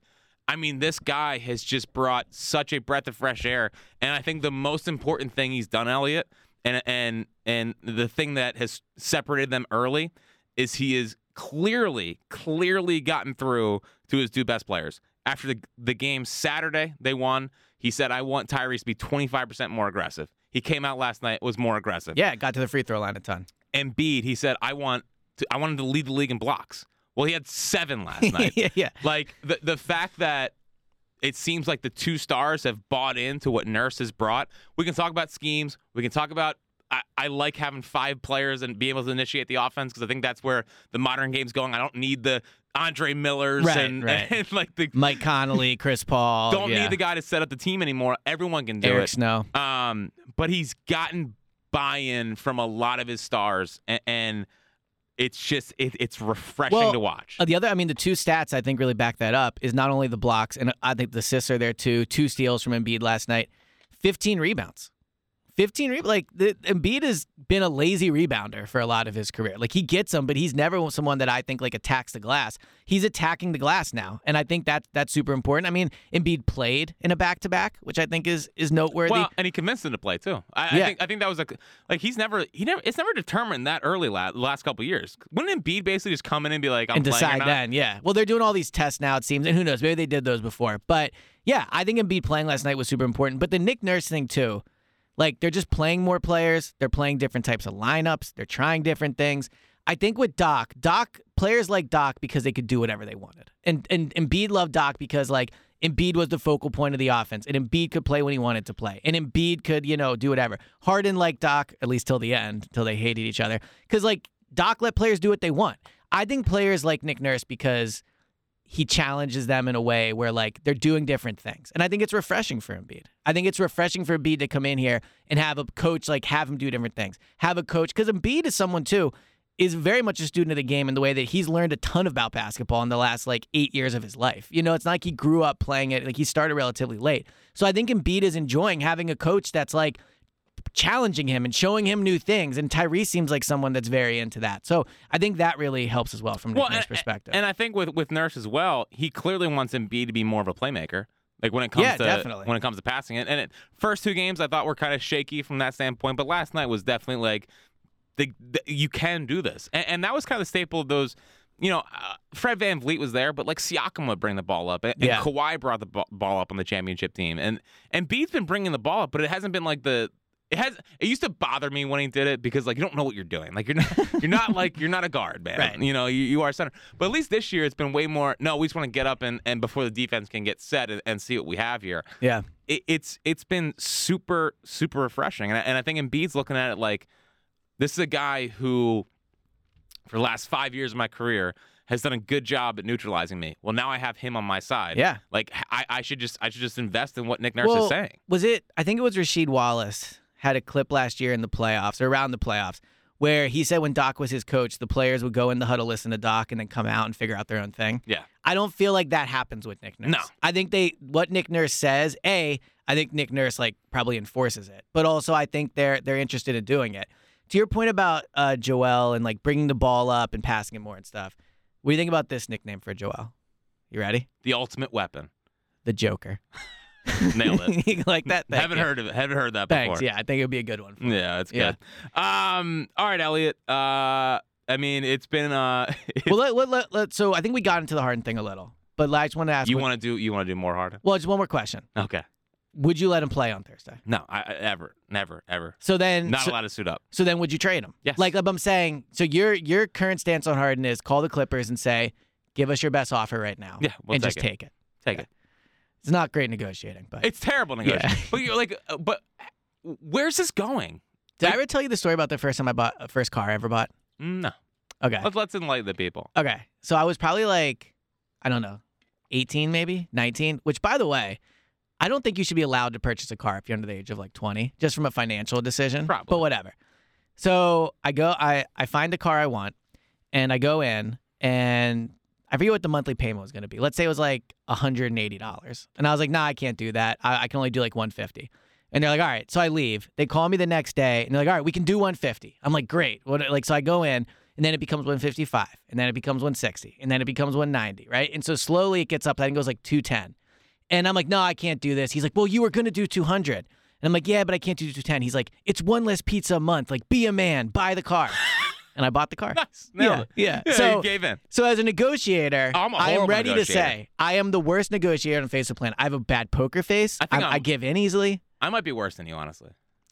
I mean, this guy has just brought such a breath of fresh air, and I think the most important thing he's done, Elliot, and and and the thing that has separated them early, is he is clearly clearly gotten through to his two best players. After the the game Saturday, they won. He said, "I want Tyrese to be 25% more aggressive." He came out last night was more aggressive. Yeah, got to the free throw line a ton. Embiid, he said, "I want, to, I want him to lead the league in blocks." Well, he had seven last night. yeah, yeah. Like the the fact that it seems like the two stars have bought into what Nurse has brought. We can talk about schemes. We can talk about. I, I like having five players and being able to initiate the offense because I think that's where the modern game's going. I don't need the Andre Millers Right, and, right. and like the Mike Connolly, Chris Paul. don't yeah. need the guy to set up the team anymore. Everyone can do Eric it. Snow. Um, but he's gotten buy-in from a lot of his stars, and, and it's just it, it's refreshing Well, to watch. Uh, The other, I mean, the two stats I think really back that up is not only the blocks, and I think the assists are there too. Two steals from Embiid last night, 15 rebounds. 15 re- like the, Embiid has been a lazy rebounder for a lot of his career. Like he gets them, but he's never someone that I think like attacks the glass. He's attacking the glass now, and I think that that's super important. I mean, Embiid played in a back to back, which I think is is noteworthy. well, and he convinced him to play too. I, I Yeah. think I think that was like like he's never he never it's never determined that early la- the last couple years. Wouldn't Embiid basically just come in and be like, I'm and playing or decide not? then. Yeah. Well, they're doing all these tests now. It seems, and who knows? Maybe they did those before. But yeah, I think Embiid playing last night was super important. But the Nick Nurse thing too, like they're just playing more players. They're playing different types of lineups. They're trying different things. I think with Doc, Doc players like Doc because they could do whatever they wanted, and and Embiid loved Doc because like. Embiid was the focal point of the offense, and Embiid could play when he wanted to play, and Embiid could, you know, do whatever. Harden liked Doc at least till the end, till they hated each other, because like Doc let players do what they want. I think players like Nick Nurse because he challenges them in a way where like they're doing different things. And I think it's refreshing for Embiid. I think it's refreshing for Embiid to come in here and have a coach like have him do different things. Have a coach because Embiid is someone too is very much a student of the game in the way that he's learned a ton about basketball in the last like eight years of his life. You know, it's not like he grew up playing it, like he started relatively late. So I think Embiid is enjoying having a coach that's like challenging him and showing him new things. And Tyrese seems like someone that's very into that. So I think that really helps as well from Nick Well, Nurse's and- perspective. And I think with with Nurse as well, he clearly wants Embiid to be more of a playmaker. Like when it comes Yeah, to definitely. when it comes to passing it. And it, first two games I thought were kind of shaky from that standpoint, but last night was definitely like the, the, you can do this. And, and that was kind of the staple of those you know, uh, Fred Van Vliet was there, but like Siakam would bring the ball up, and, and Yeah. Kawhi brought the ba- ball up on the championship team, and and Bede's been bringing the ball up, but it hasn't been like the it has. It used to bother me when he did it because like you don't know what you're doing, like you're not you're not like you're not a guard, man. Right. You know, you, you are a center, but at least this year it's been way more. No, we just want to get up and and before the defense can get set and, and see what we have here yeah. it, it's it's been super super refreshing, and I, and I think Embiid's looking at it like this is a guy who, for the last five years of my career, has done a good job at neutralizing me. Well, now I have him on my side. Yeah. like I, I should just I should just invest in what Nick Nurse Well, is saying. Was it? I think it was Rasheed Wallace had a clip last year in the playoffs or around the playoffs where he said when Doc was his coach, the players would go in the huddle, listen to Doc, and then come out and figure out their own thing. Yeah. I don't feel like that happens with Nick Nurse. No. I think they what Nick Nurse says. A, I think Nick Nurse like probably enforces it, but also I think they're they're interested in doing it. To your point about uh, Joel and like bringing the ball up and passing it more and stuff. What do you think about this nickname for Joel? You ready? The ultimate weapon. The Joker. Nailed it. You like that? Thank haven't you. heard of it. Haven't heard that Thanks. before. Yeah, I think it would be a good one. For yeah, it's Yeah. good. Um, all right, Elliot. Uh, I mean, it's been uh, well, let, let, let, let- so I think we got into the Harden thing a little, but I just want to ask. you what- want to do you want to do more Harden? Well, just one more question. Okay. Would you let him play on Thursday? No, I, I ever, never, ever. So then, Not so, allowed to suit up. so then, would you trade him? Yes. Like, like I'm saying, so your your current stance on Harden is call the Clippers and say, give us your best offer right now. Yeah, we'll and take just it. take it. Take Okay. it. It's not great negotiating, but It's terrible negotiation. But you're like, uh, but where's this going? did like- I ever tell you the story about the first time I bought uh, first car I ever bought? No. Okay. Let's, let's enlighten the people. Okay. So I was probably like, I don't know, 18 maybe, 19, which by the way, I don't think you should be allowed to purchase a car if you're under the age of like 20, just from a financial decision. Probably. But whatever. So I go, I, I find the car I want and I go in and I forget what the monthly payment was going to be. Let's say it was like $180. And I was like, nah, I can't do that. I, I can only do like 150. And they're like, all right. So I leave. They call me the next day and they're like, all right, we can do 150. I'm like, great. What, like, so I go in and then it becomes 155 and then it becomes 160 and then it becomes 190, right? And so slowly it gets up. I think it goes like 210. And I'm like, no, I can't do this. He's like, well, you were going to do 200. And I'm like, yeah, but I can't do 210. He's like, it's one less pizza a month. Like, be a man, buy the car. and I bought the car. Nice. Nailed it. yeah. Yeah, So- you gave in. So as a negotiator, I'm a I am horrible ready to negotiator. say I am the worst negotiator on the face of the planet. I have a bad poker face. I think I'm- I'm- I give in easily. I might be worse than you, honestly.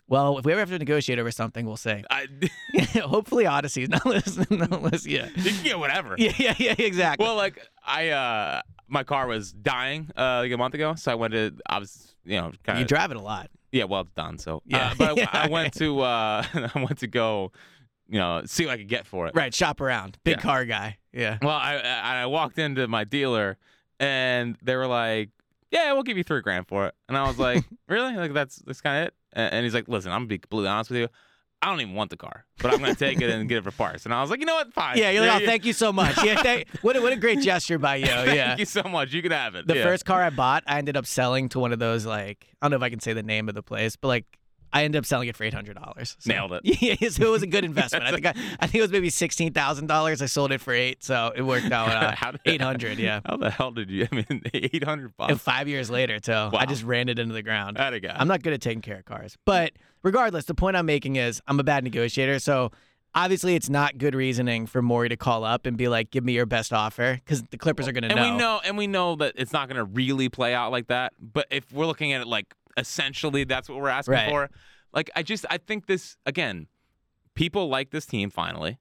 Well, if we ever have to negotiate over something, we'll say. I, you Hopefully, Odyssey's not listening. Not listening. Yeah. can get whatever. yeah, yeah, yeah, exactly. Well, like I, uh, my car was dying uh, like a month ago, so I went to. I was, you know, kind you of. drive it a lot. yeah, well, it's done. So, Yeah. uh, but I, I went to. Uh, I went to go, you know, see what I could get for it. Right, shop around. Big Yeah. car guy. Yeah. Well, I I I walked into my dealer and they were like, "Yeah, we'll give you three grand for it." And I was like, "Really? Like that's that's kind of it?" A- And he's like, "Listen, I'm gonna be completely honest with you. I don't even want the car, but I'm gonna take it and get it for parts." And I was like, "You know what? Fine." Yeah, you're like, There oh, thank you so much. Yeah, thank, what a, what a great gesture by you. thank Yeah. you so much. You can have it." The Yeah. first car I bought, I ended up selling to one of those like I don't know if I can say the name of the place, but like I ended up selling it for eight hundred dollars. Nailed it. Yeah, so it was a good investment. I think I, I think it was maybe sixteen thousand dollars. I sold it for eight, so it worked out How uh, did- eight hundred. Yeah, How the hell did you? I mean, eight hundred bucks. and five years later, too, I Wow. just ran it into the ground. That a guy. I'm not good at taking care of cars. But regardless, the point I'm making is I'm a bad negotiator. So obviously, it's not good reasoning for Maury to call up and be like, give me your best offer because the Clippers are going to and we know, and we know that it's not gonna really play out like that. But if we're looking at it like essentially, that's what we're asking Right. for. Like, I just, I think this again. people like this team finally.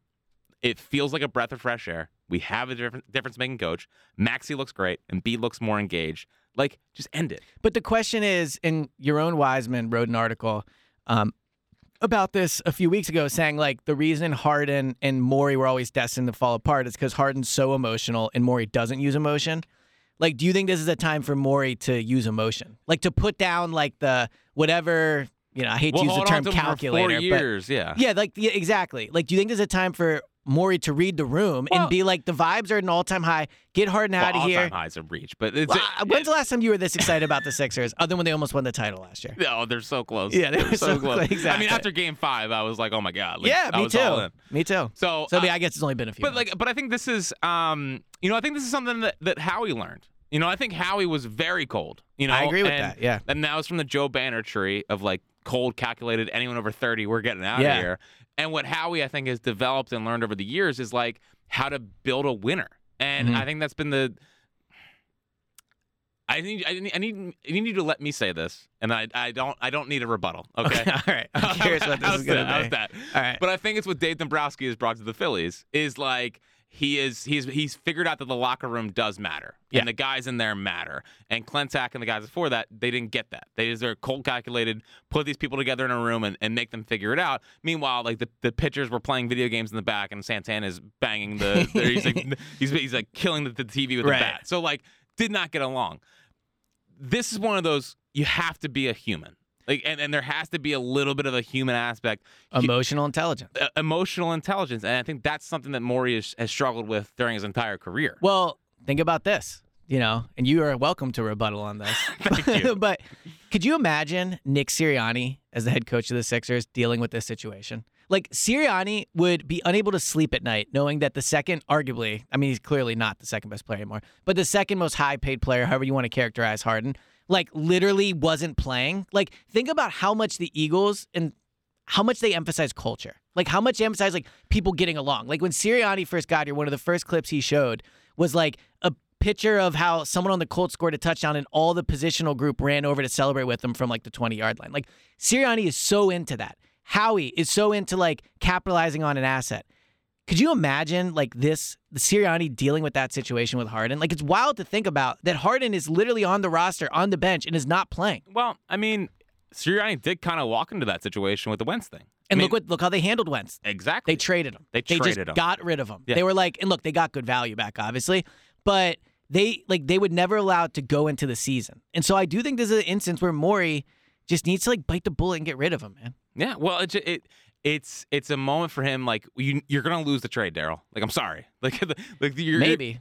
It feels like a breath of fresh air. We have a different, difference making coach. Maxi looks great, and B looks more engaged. Like, just end it. But the question is, and your own Wiseman wrote an article um, about this a few weeks ago, saying like the reason Harden and Maury were always destined to fall apart is because Harden's so emotional and Maury doesn't use emotion. Like, do you think this is a time for Maury to use emotion, like to put down like the whatever you know? I hate We'll to use the hold term on to him calculator, for four but years. yeah. yeah, like yeah, exactly. Like, do you think there's a time for Maury to read the room Well- and be like, the vibes are at an all-time high. Get Harden out of all here. Time highs are breach, but it's Well, I- uh, when's the last time you were this excited about the Sixers, other than when they almost won the title last year? No, oh, they're so close. Yeah, they were so close, I exactly. mean, after Game Five, I was like, "Oh my god!" Like, yeah, I me was all too. in. Me too. So, So I, mean, uh, I guess it's only been a few. but months. like, but I think this is, um, you know, I think this is something that, that Howie learned. You know, I think Howie was very cold. You know, I agree with and, that, yeah. and that was from the Joe Banner tree of like cold, calculated. Anyone over thirty, we're getting out Yeah. of here. And what Howie, I think, has developed and learned over the years is like how to build a winner. And Mhm. I think that's been the. I need, I need, I need, I need you to let me say this, and I, I don't, I don't need a rebuttal. Okay. all right. I'm curious what this How's is going that? to How's be. that? All right. But I think it's what Dave Dombrowski has brought to the Phillies is like he is he's he's figured out that the locker room does matter Yeah. and the guys in there matter and Clentac and the guys before that they didn't get that they just are cold calculated put these people together in a room and, and make them figure it out meanwhile like the, the pitchers were playing video games in the back and Santana is banging the there- he's like he's, he's like killing the, the TV with Right. the bat so like did not get along this is one of those you have to be a human like and, and there has to be a little bit of a human aspect Emotional intelligence. uh, emotional intelligence, and I think that's something that Maury has, has struggled with during his entire career. Well, think about this. You know, and you are welcome to rebuttal on this. Thank you. but could you imagine Nick Sirianni as the head coach of the Sixers dealing with this situation? Like Sirianni would be unable to sleep at night knowing that the second, arguably, I mean, he's clearly not the second best player anymore, but the second most high paid player, however you want to characterize Harden, like literally wasn't playing. Like, think about how much the Eagles and how much they emphasize culture. Like how much they emphasize like people getting along. Like when Sirianni first got here, one of the first clips he showed was like a picture of how someone on the Colts scored a touchdown and all the positional group ran over to celebrate with them from like the 20 yard line. Like Sirianni is so into that. Howie is so into like capitalizing on an asset. Could you imagine like this the Sirianni dealing with that situation with Harden? Like it's wild to think about that Harden is literally on the roster, on the bench, and is not playing. Well, I mean, Sirianni did kind of walk into that situation with the Wentz thing. And I mean, look what look how they handled Wentz. exactly They traded him. They just traded him. got rid of him. Yeah. They were like, and look, they got good value back, obviously, but they like they would never allow it to go into the season. And so I do think this is an instance where Maury just needs to like bite the bullet and get rid of him, man. Yeah, well, it, ju- it it's it's a moment for him. Like you, you're gonna lose the trade, Daryl. Like I'm sorry. Like the- like you're Maybe,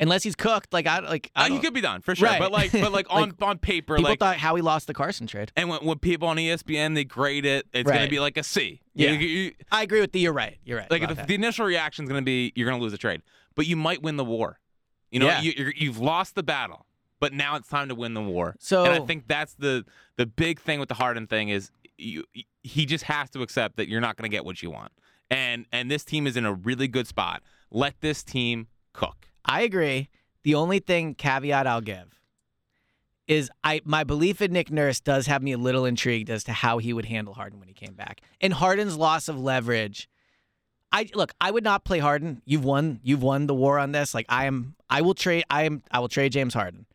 unless he's cooked. Like I like Uh, I you don't- could be done for sure. Right. But like but like on on paper, people like thought how he lost the Carson trade. and when, when people on E ESPN they grade it, it's gonna Right. be like a C. You- Yeah. you- I agree with the. You're right. You're right. Like about the, that. the initial reaction is going to be you're going to lose the trade, but you might win the war. You know, Yeah. you, you're, you've lost the battle, but now it's time to win the war. So- and I think that's the the big thing with the Harden thing is you he just has to accept that you're not going to get what you want, and and this team is in a really good spot. Let this team cook. I agree. The only thing caveat I'll give is I my belief in Nick Nurse does have me a little intrigued as to how he would handle Harden when he came back. And Harden's loss of leverage. I look, I would not play Harden. You've won you've won the war on this. Like I am I will trade I am I will trade James Harden.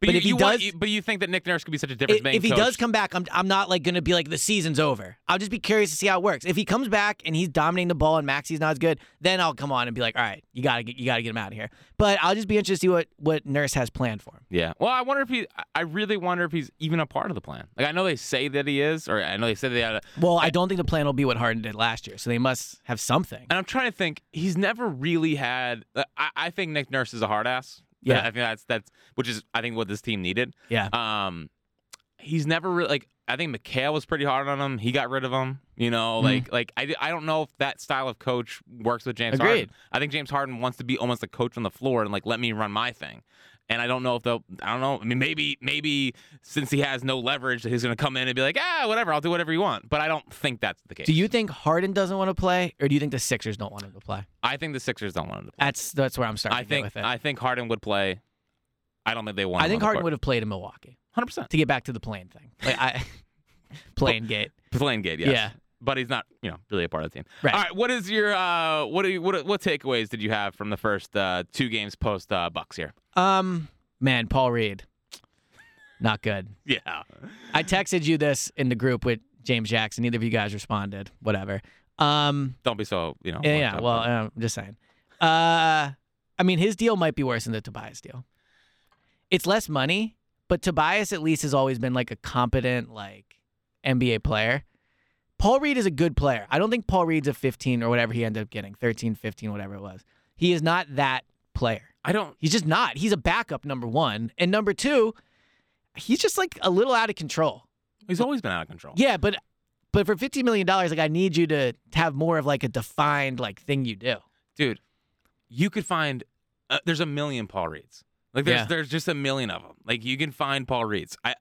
But, But you, if he you want- does- you- but you think that Nick Nurse could be such a difference If, making if he does come back, I'm I'm not like gonna be like the season's over. I'll just be curious to see how it works. If he comes back and he's dominating the ball and Maxi's not as good, then I'll come on and be like, all right, you gotta get you gotta get him out of here. But I'll just be interested to see what what Nurse has planned for him. Yeah. Well, I wonder if he. I- I really wonder if he's even a part of the plan. Like I know they say that he is, or I know they said they had a, Well, I don't think the plan will be what Harden did last year, so they must have something. And I'm trying to think. He's never really had. I, I think Nick Nurse is a hard ass. Yeah. I think that's that's which is I think what this team needed. Yeah. Um, he's never really like. I think McHale was pretty hard on him. He got rid of him. You know, like like I, I don't know if that style of coach works with James Harden. Mm-hmm. Agreed. I think James Harden wants to be almost a coach on the floor and like let me run my thing. And I don't know if they'll. I don't know. I mean, maybe maybe since he has no leverage, that he's going to come in and be like, ah, whatever. I'll do whatever you want. But I don't think that's the case. Do you think Harden doesn't want to play, or do you think the Sixers don't want him to play? I think the Sixers don't want him to play. That's that's where I'm starting. I to get think with it. I think Harden would play. I don't think they want. I think Harden would have played in Milwaukee. hundred percent To get back to the plane thing, like I plane gate. playing gate. Yes. Yeah. but he's not you know really a part of the team. Right. All right, what is your uh what are you, what what takeaways did you have from the first uh, two games post uh, Bucks here? Um, man, Paul Reed, not good. Yeah, I texted you this in the group with James Jackson. Neither of you guys responded. Whatever. Um, Don't be so, you know. yeah, worked yeah. up Well, about it. I'm just saying. Uh, I mean, his deal might be worse than the Tobias deal. It's less money, but Tobias at least has always been like a competent like NBA player. Paul Reed is a good player. I don't think Paul Reed's a 15 or whatever he ended up getting, 13, 15, whatever it was. He is not that player. I don't. He's just not. He's a backup number one, and number two, he's just like a little out of control. He's always been out of control. Yeah, but but for fifteen million dollars, like I need you to have more of like a defined like thing you do. dude, you could find. Uh, there's a million Paul Reeds. Like there's Yeah. there's just a million of them. Like you can find Paul Reeds. I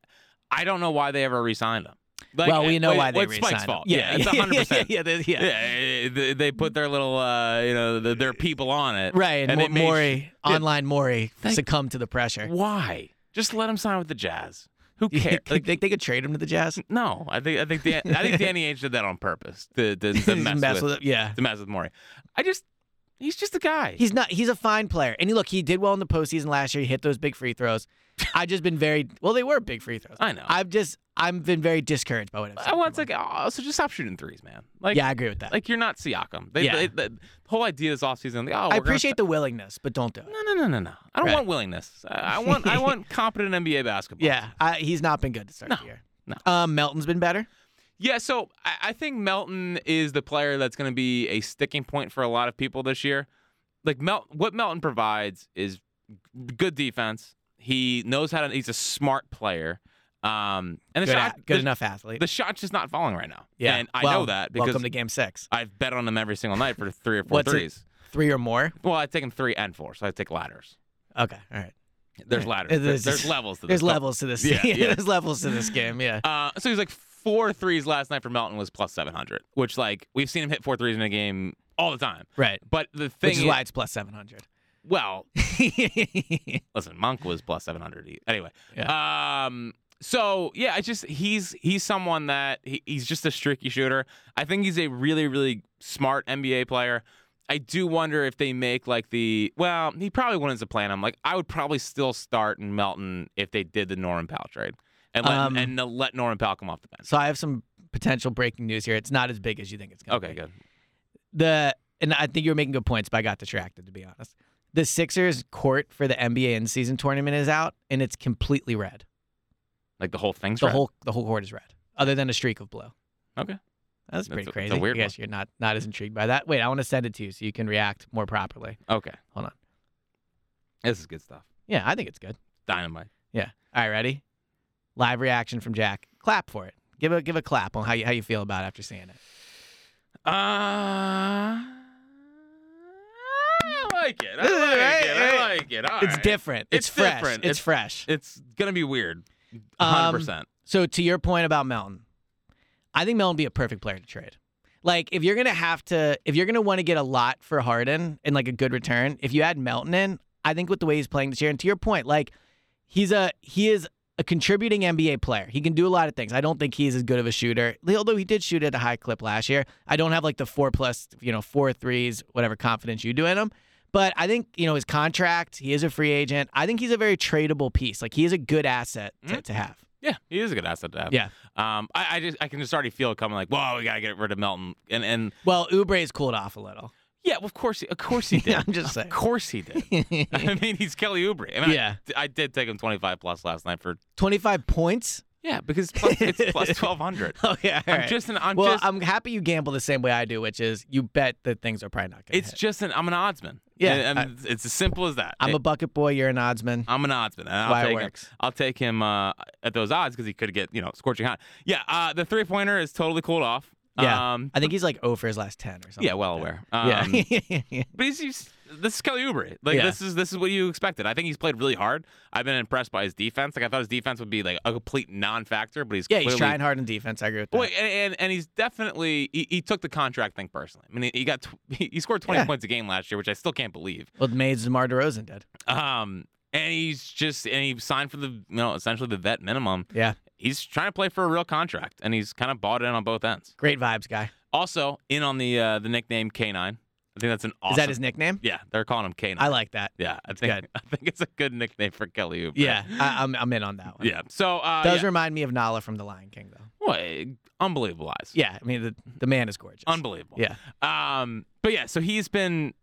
I don't know why they ever re-signed him. Like, well, we know what- why they what's re Spike's fault. Yeah, it's 100. percent Yeah, yeah, yeah, yeah. Yeah, they, they put their little, uh, you know, the, their people on it. Right, and, it Mo- made Maury, sh- Yeah. online Maury, Thank- succumbed to the pressure. Why? Just let him sign with the Jazz. Who You cares? think they, they could trade him to the Jazz? no, I think I think Dan, I think Danny Ainge did that on purpose to to, to mess, with, it. Yeah, to mess with Maury. I just he's just a guy. He's not. He's a fine player. And he, look, he did well in the postseason last year. He hit those big free throws. I've just been very well. They were big free throws. I know. I've just I've been very discouraged by what I've seen. I want from like oh, so just stop shooting threes, man. Like him. yeah, I agree with that. like you're not Siakam. They, Yeah. they- the whole idea this offseason, like, oh, I we're gonna- appreciate the willingness, but don't do it. No, no, no, no, no. I don't Right. want willingness. I, I want I want competent NBA basketball. Yeah, I, he's not been good to start the year. no. Um, Melton's been better. Yeah, so I, I think Melton is the player that's going to be a sticking point for a lot of people this year. Like Mel, what Melton provides is g- good defense. He knows how to. He's a smart player. Um, and the Good, shot, a- good the, enough athlete. The shot's just not falling right now. yeah, and I Well, know that because welcome to Game Six. I've bet on him every single night for three or four What's it- threes. Three or more. Well, I take him three and four, so I take ladders. Okay, all right. There's Right. ladders. It is- There's, there's levels to this. There's stuff. levels to this. Yeah, yeah. there's levels to this game. Yeah. Uh, so he's like four threes last night for Melton was plus 700, which like we've seen him hit four threes in a game all the time. Right. But the thing Which is why it's plus seven hundred. well, listen, Monk was plus 700 e- anyway. Um so yeah, I just he's he's someone that he, he's just a streaky shooter. I think he's a really really smart NBA player. I do wonder if they make like the well, he probably wouldn't as a plan. I'm like I would probably still start in Melton if they did the Norman Powell trade. And let, Um, and let Norman Powell come off the bench. So I have some potential breaking news here. It's not as big as you think it's going to Okay, be. good. The and I think you were making good points, but I got distracted to be honest. The Sixers court for the NBA in season tournament is out and it's completely red. Like the whole thing's the red. whole the whole court is red, other than a streak of blue. Okay. That's That's pretty a- that's a crazy. weird I guess you're not not as intrigued by that. Wait, I want to send it to you so you can react more properly. Okay. Hold on. This is good stuff. Yeah, I think it's good. Dynamite. Yeah. All right, ready? Live reaction from Jack. Clap for it. Give a give a clap on how you how you feel about it after seeing it. Uh, I Uh, like it. I This is like right, it. right. I like it. All It's right. different. It's, It's fresh. different. It's, It's- fresh. It's gonna be weird. Um, Hundred percent. So to your point about Melton, I think Melton would be a perfect player to trade. Like if you're gonna have to, if you're gonna want to get a lot for Harden and like a good return, if you add Melton in, I think with the way he's playing this year, and to your point, like he's a he is a contributing NBA player. He can do a lot of things. I don't think he's as good of a shooter, although he did shoot at a high clip last year. I don't have like the four plus, you know, four threes, whatever confidence you do in him. But I think you know his contract. He is a free agent. I think he's a very tradable piece. Like he is a good asset to, to have. Yeah, he is a good asset to have. Yeah. Um, I, I just I can just already feel it coming. Like, whoa, we gotta get rid of Melton. And and Well, Ubre's cooled off a little. yeah, well, of course, he- of course he did. I'm just saying. Of course he did. I mean, he's Kelly Oubre. I mean, Yeah. I, I did take him 25 plus last night for. 25 points? Yeah, because plus, it's plus 1200. Oh, yeah. all I'm right. just an. I'm well, just, I'm happy you gamble the same way I do, which is you bet that things are probably not going to It's just an I'm an oddsman. Yeah, and, I- and it's- it's as simple as that. I'm a It- bucket boy. You're an oddsman. I'm an oddsman. And I'll why it take works. Him, I'll take him uh, at those odds because he could get you know scorching hot. Yeah, uh, the three pointer is totally cooled off. yeah. Um, I think he's like 0 for his last 10 or something. yeah, well aware. Yeah. Um, but he's, he's this is Kelly Oubre. Like Yeah. this is this is what you expected. I think he's played really hard. I've been impressed by his defense. Like I thought his defense would be like a complete non-factor, but he's yeah, he's clearly trying hard in defense. I agree with that. Boy, and, and and he's definitely he, he took the contract thing personally. I mean, he, he got tw- he, he scored twenty Yeah. points a game last year, which I still can't believe. Well, Maid's DeMar DeRozan did. Um, and he's just and he signed for the you know essentially the vet minimum. Yeah. He's trying to play for a real contract, and he's kind of bought in on both ends. Great vibes, guy. Also, in on the uh, the nickname K nine. I think that's an awesome. Is that his nickname? Yeah, they're calling him K9. I like that. Yeah, I think Good. I think it's a good nickname for Kelly Oubre. Yeah, I, I'm I'm in on that one. yeah. So uh, Does yeah. remind me of Nala from The Lion King, though. Boy, unbelievable eyes. Yeah, I mean the the man is gorgeous. unbelievable. Yeah. Um, but yeah, so he's been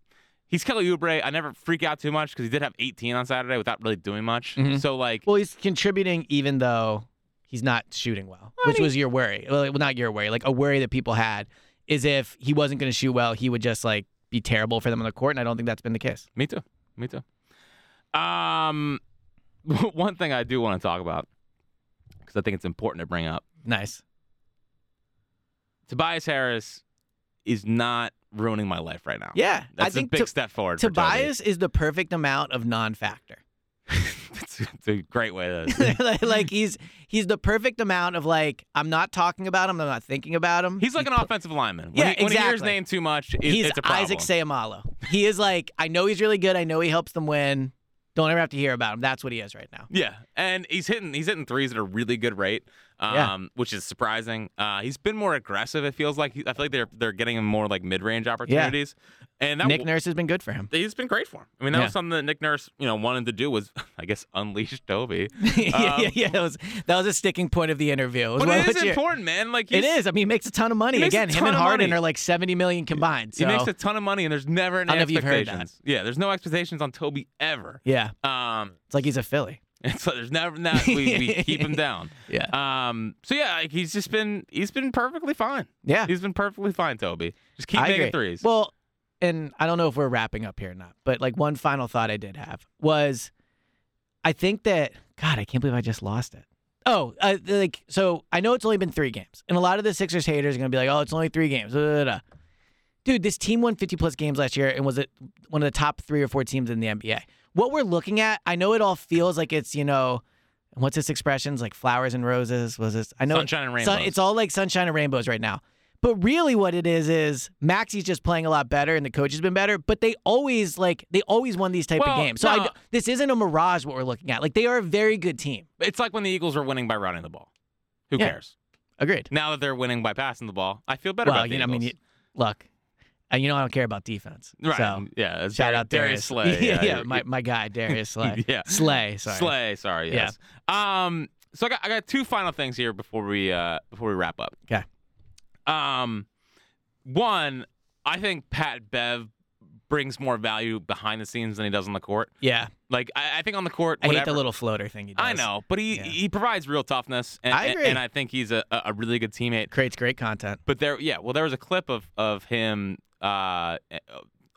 he's Kelly Oubre. I never freak out too much because he did have 18 on Saturday without really doing much. Mhm. So like, Well, he's contributing even though he's not shooting well, which was your worry. Well, like, well, not your worry, like a worry that people had is if he wasn't going to shoot well, he would just like be terrible for them on the court, and I don't think that's been the case. me too. Me too. Um, one thing I do want to talk about because I think it's important to bring up. Nice. Tobias Harris is not ruining my life right now. Yeah, That's I think a big to- step forward. for Toby. Tobias is the perfect amount of non-factor. that's, that's a great way to. like, like he's he's the perfect amount of like I'm not talking about him, I'm not thinking about him. He's like an put- offensive lineman. When Yeah, he, when he hears exactly. name too much, it, he's it's a problem. Isaac Sayamalo. He is like I know he's really good. I know he helps them win. Don't ever have to hear about him. That's what he is right now. Yeah, and he's hitting he's hitting threes at a really good rate, um, Yeah. which is surprising. Uh, he's been more aggressive. It feels like He- I feel like they're they're getting him more like mid range opportunities, and that Nick Nurse has been good for him. He's been great for him. I mean, that Yeah. was something that Nick Nurse, you know, wanted to do was, I guess, unleash Toby. yeah, Um, yeah, yeah. That was that was a sticking point of the interview. It was But one it of is your- important, man. Like It he's- is. I mean, he makes a ton of money. He makes a Again, him ton and of Harden money. are like seventy million combined. So He makes a ton of money, and there's never any I don't know if you've heard that. expectations. Yeah, there's no expectations on Toby ever. yeah, Um, it's like he's a Philly. and so there's never that we, we keep him down. Yeah, Um, so yeah, like, he's just been he's been perfectly fine. yeah. He's been perfectly fine, Toby. Just keep I making agree. threes. Well, and I don't know if we're wrapping up here or not, but like one final thought I did have was, I think that God, I can't believe I just lost it. Oh, uh, like so I know it's only been three games, and a lot of the Sixers haters are gonna be like, oh, it's only three games. da, da, da, da." Dude, this team won 50 plus games last year and was it one of the top three or four teams in the NBA. What we're looking at, I know it all feels like it's you know, what's this expressions like flowers and roses? Was this? I know Sunshine and sun- rainbows. it's all like sunshine and rainbows right now. But really, what it is is Maxi's just playing a lot better, and the coach has been better. But they always like they always won these type Well, of games. So I no. d- this isn't a mirage. What we're looking at, like they are a very good team. it's like when the Eagles were winning by running the ball. Who Yeah. cares? Agreed. Now that they're winning by passing the ball, I feel better well, about the you know, I Eagles. mean, you, look, and you know I don't care about defense. right? So yeah. it's shout Dar- out Darius Slay. yeah, you're- my, my guy Darius Slay. Yeah. Slay. Sorry. Slay. Sorry. Yeah. Yes. Um. So I got I got two final things here before we uh before we wrap up. 'Kay. Um, one, I think Pat Bev brings more value behind the scenes than he does on the court. Yeah. Like I, I think on the court, I hate whatever- the little floater thing he does. I know, but he Yeah. he provides real toughness, and I and- agree. and I think he's a, a a really good teammate. Creates great content. But there, yeah, well, there was a clip of of him uh,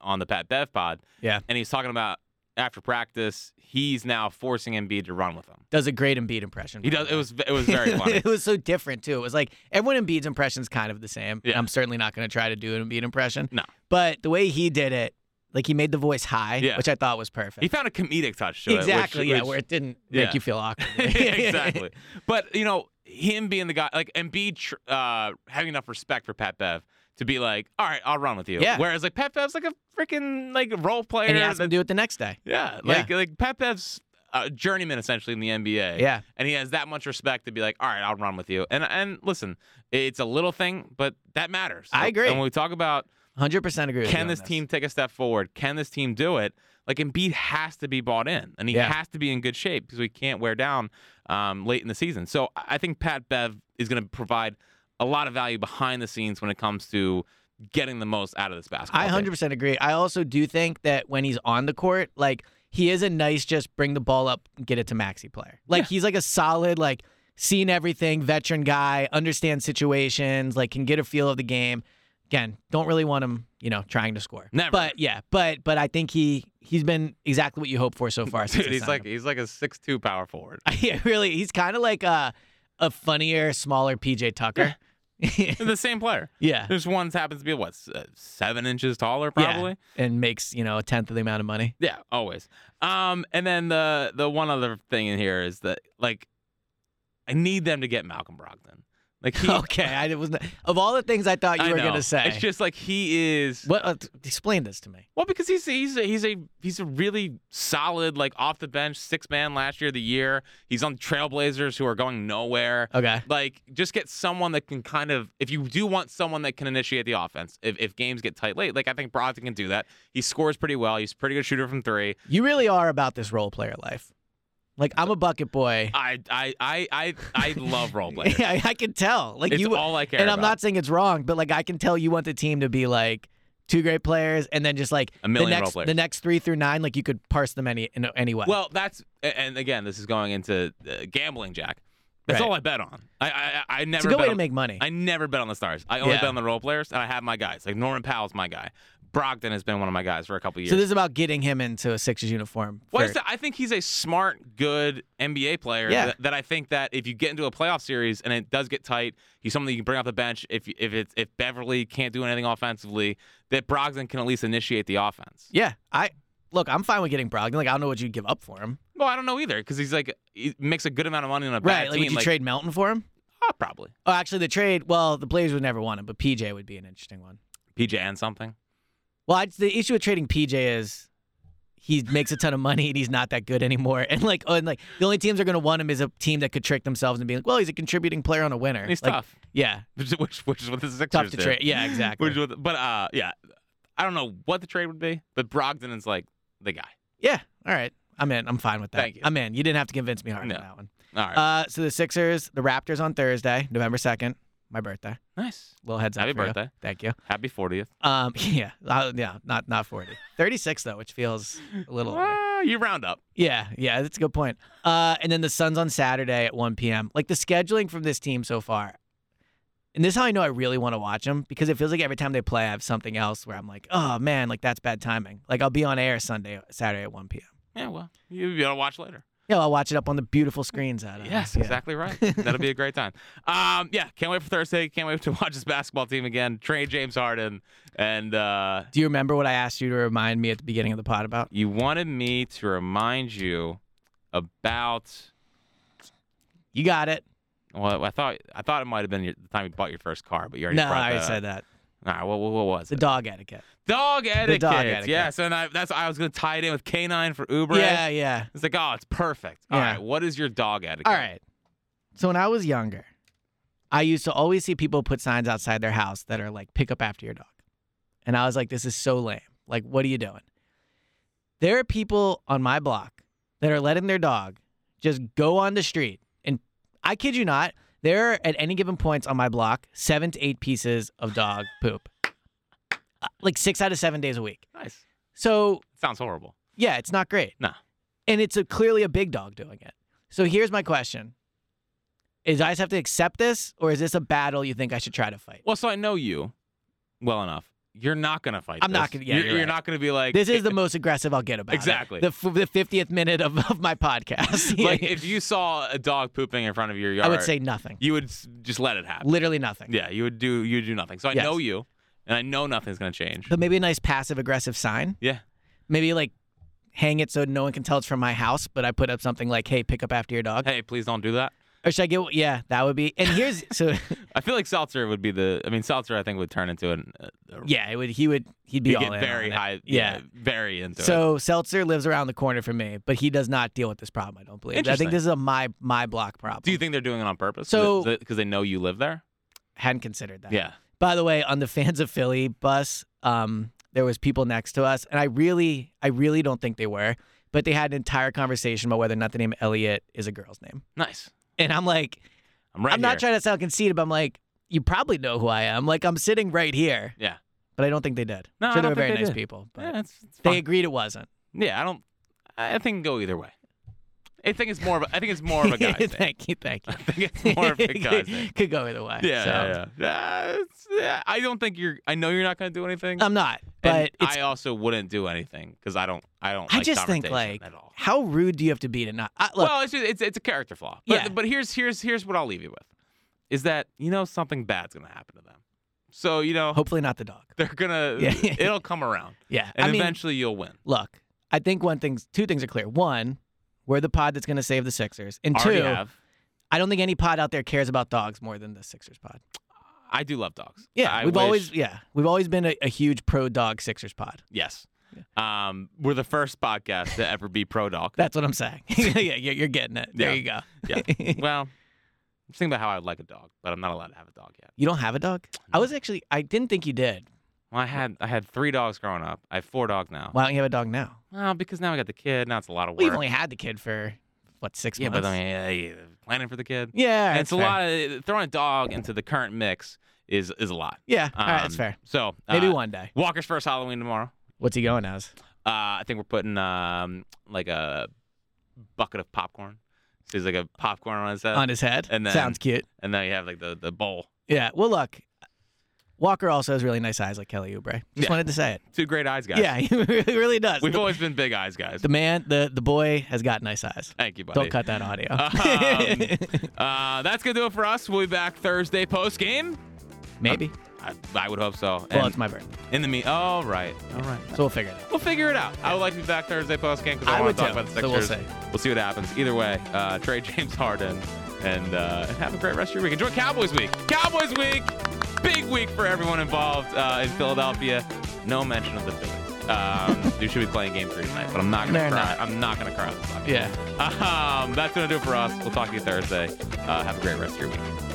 on the Pat Bev pod, Yeah. and he's talking about after practice, he's now forcing Embiid to run with him. Does a great Embiid impression. He by the does. It way. was it was very funny. it was so different too. It was like everyone in Embiid's impression's kind of the same. Yeah. I'm certainly not going to try to do an Embiid impression. No. But the way he did it, like he made the voice high, Yeah. which I thought was perfect. He found a comedic touch to it, which- exactly. yeah, which- where it didn't yeah. make you feel awkward. exactly. But you know, him being the guy, like Embiid, tr- uh, having enough respect for Pat Bev to be like, all right, I'll run with you. Yeah. Whereas like Pat Bev's like a freaking like role player. and he asked that- him to do it the next day. Yeah, Yeah. like like Pat Bev's a journeyman essentially in the NBA. Yeah. and he has that much respect to be like, all right, I'll run with you. And and listen, it's a little thing, but that matters. I agree. And when we talk about 100% agree with you can on this team take a step forward, can this team do it? Like Embiid has to be bought in, and he Yeah. has to be in good shape because we can't wear down um, late in the season. So I I think Pat Bev is going to provide a lot of value behind the scenes when it comes to getting the most out of this basketball. I team. 100% agree. I also do think that when he's on the court, like he is a nice just bring the ball up, get it to Maxi player. Like he's like a solid like seen everything veteran guy, understands situations, like can get a feel of the game. Again, don't really want him, you know, trying to score. Never. But yeah, but but I think he he's been exactly what you hope for so far. since Dude, they he's signed like he's like a six-two power forward. him. yeah, really, he's kind of like a a funnier, smaller PJ Tucker. They're the same player. yeah. This one happens to be what s- uh, seven inches taller, Yeah. probably. And makes, you know, a tenth of the amount of money. Yeah, always. Um, and then the the one other thing in here is that like I need them to get Malcolm Brogdon. Like he, Okay, I was not, of all the things I thought you I were know. gonna say. It's just like he is. what? Uh, t- explain this to me. Well, because he's he's a, he's a he's a really solid like off the bench six man last year of the year. He's on Trailblazers who are going nowhere. Okay. Like just get someone that can kind of if you do want someone that can initiate the offense if, if games get tight late. Like I think Brogdon can do that. He scores pretty well. He's a pretty good shooter from three. You really are about this role player life. Like I'm a bucket boy. I I I I, I love role players. Yeah, I can tell. Like It's you, all I care And I'm about. not saying it's wrong, but like I can tell you want the team to be like two great players, and then just like A million the role next players. the next three through nine, like you could parse them any in any way. Well, that's a- and again, this is going into uh, gambling, Jack. That's Right. all I bet on. I I, I I never it's a good bet way to on- make money. I never bet on the stars. I only Yeah. bet on the role players, and I have my guys. Like Norman Powell's my guy. Brogdon has been one of my guys for a couple years. so this is about getting him into a Sixers uniform. Well, for- it's that I think he's a smart, good NBA player. Yeah. That, that I think that if you get into a playoff series and it does get tight, he's something you can bring off the bench. If if it's if Beverly can't do anything offensively, that Brogdon can at least initiate the offense. yeah, I look. I'm fine with getting Brogdon. Like I don't know what you'd give up for him. Well, I don't know either because he's like he makes a good amount of money on a bad right? Like team. would you like, trade Melton for him? oh, probably Oh, actually, the trade. Well, the Blazers would never want him, but PJ would be an interesting one. PJ and something. Well, I, the issue with trading PJ is he makes a ton of money and he's not that good anymore. And like, oh, and like the only teams that are going to want him is a team that could trick themselves and be like, well, he's a contributing player on a winner. And he's Like, tough, Yeah, which which is what the Sixers tough to do. trade. Yeah, exactly. Which was- but uh, yeah, I don't know what the trade would be, but Brogdon is like the guy. yeah. All right, I'm in. I'm fine with that. Thank you. I'm in. You didn't have to convince me hard No. on that one. All right, Uh, so the Sixers, the Raptors on Thursday, November second, my birthday. nice. Little heads up. Happy for you. birthday. Thank you. Happy 40th. Um, yeah, uh, yeah, not not 40, 36 though, which feels a little. older. Ah, you round up. Yeah, yeah, that's a good point. Uh, and then the Suns on Saturday at 1 p.m. Like the scheduling from this team so far, and this is how I know I really want to watch them because it feels like every time they play, I have something else where I'm like, oh man, like that's bad timing. Like I'll be on air Sunday, Saturday at 1 p.m. Yeah, well, you, you gotta watch later. Yeah, I'll watch it up on the beautiful screens uh, out of Yes, exactly right. That'll be a great time. Um, yeah, can't wait for Thursday. Can't wait to watch this basketball team again. Train James Harden, and uh, Do you remember what I asked you to remind me at the beginning of the pod about? you wanted me to remind you about. You got it. Well, I thought I thought it might have been your, the time you bought your first car, but you already No, brought I already that said up. that. All right, what, what, what was The it? dog etiquette. Dog etiquette. etiquette. Yes, and I, that's I was going to tie it in with canine for Uber. Yeah, yeah. It's like, oh, it's perfect. All right, Yeah. what is your dog etiquette? All right. So when I was younger, I used to always see people put signs outside their house that are like, pick up after your dog. And I was like, this is so lame. Like, what are you doing? There are people on my block that are letting their dog just go on the street. And I kid you not, there are at any given points on my block, seven to eight pieces of dog poop, Uh, like six out of seven days a week. Nice. So Sounds horrible. yeah, it's not great. Nah. And it's a, clearly a big dog doing it. So here's my question. Is I just have to accept this or is this a battle you think I should try to fight? Well, so I know you well enough. You're not going to fight. I'm not this. gonna- yeah, you're, you're right. not going to be like This is the most aggressive I'll get about it. Exactly. The, f- the 50th minute of, of my podcast. like if you saw a dog pooping in front of your yard. I would say nothing. you would s- just let it happen. Literally nothing. Yeah, you would do you would do nothing. So I Yes. know you, and I know nothing's going to change. But maybe a nice passive aggressive sign. yeah. Maybe like hang it so no one can tell it's from my house, but I put up something like, hey, pick up after your dog. Hey, please don't do that. Or should I get, yeah, that would be. And here's, so I feel like Seltzer would be the. I mean, Seltzer I think would turn into an. Uh, yeah, it would, he would, he'd be you all get in very on it. high. Yeah. very into it. So Seltzer lives around the corner from me, but he does not deal with this problem. I don't believe. I Interesting. think this is a my my block problem. Do you think they're doing it on purpose? So- because they know you live there. hadn't considered that? Yeah. By the way, on the fans of Philly bus, um, there was people next to us, and I really, I really don't think they were, but they had an entire conversation about whether or not the name Elliot is a girl's name. Nice. And I'm like, I'm right. I'm not here. trying to sound conceited, but I'm like, you probably know who I am. Like I'm sitting right here. Yeah. But I don't think they did. No, sure, I they don't were think very they nice did. people, but Yeah, it's, it's they fine. agreed it wasn't. Yeah, I don't. I I think it can go either way. I think it's more of. A, I think it's more of a guy. thing. thank you, thank you. I think it's more of a guy thing. Could go either way. Yeah, so. yeah, yeah. Uh, it's- yeah, I don't think you're. I know you're not going to do anything. I'm not, and Um, but it's, I also wouldn't do anything because I don't. I don't. I, like just think confrontation like at all. how rude do you have to be to not I, look? well, it's just, it's it's a character flaw. But, Yeah. But here's here's here's what I'll leave you with, is that you know something bad's going to happen to them, so you know hopefully not the dog. they're gonna. Yeah. it'll come around, Yeah, and I mean, eventually you'll win. look, I think one thing, two things are clear. One, we're the pod that's going to save the Sixers, and Already two, have. I don't think any pod out there cares about dogs more than the Sixers pod. I do love dogs. Yeah, I we've wish- always yeah we've always been a, a huge pro dog Sixers pod. yes. Um, we're the first podcast to ever be pro dog. That's what I'm saying. yeah, you're, you're getting it. There Yeah. you go. yeah. Well, I'm thinking about how I'd like a dog, but I'm not allowed to have a dog yet. You don't have a dog? I was actually I didn't think you did. Well, I had I had three dogs growing up. I have four dogs now. Why don't you have a dog now? Well, because now I got the kid. Now it's a lot of work. Well, you've only had the kid for what six yeah, months? but I mean, yeah, yeah, planning for the kid. yeah, And it's that's a fair. lot of throwing a dog into the current mix is is a lot. Yeah, all right, that's Um, fair. So Maybe uh, one day. Walker's first Halloween tomorrow. What's he going as? Uh, I think we're putting um like a bucket of popcorn. So he's like a popcorn on his head, On his head. uh, and then- Sounds cute. and then you have like the the bowl. Yeah. Well, look, Walker also has really nice eyes like Kelly Oubre. Just Yeah. wanted to say it. Two great eyes, guys. Yeah, he really really does. we've the, always been big eyes, guys. the man, the the boy has got nice eyes. Thank you, buddy. Don't cut that audio. Um, uh, that's gonna do it for us. We'll be back Thursday post game. Maybe. I, I would hope so. well, And it's my birthday, in the mean. All right, all right. so we'll figure it out. We'll figure it out. I would like to be back Thursday post game because I I, want would to talk too, about the so we'll Sixers. see. we'll see what happens. Either way, uh, trade James Harden and uh, and have a great rest of your week. Enjoy Cowboys week. Cowboys week, big week for everyone involved uh, in Philadelphia. No mention of the Phillies. Um, you should be playing game three tonight, but I'm not gonna They're cry. not. I'm not gonna cry. on this podcast. Yeah. Um, that's gonna do it for us. We'll talk to you Thursday. Uh, have a great rest of your week.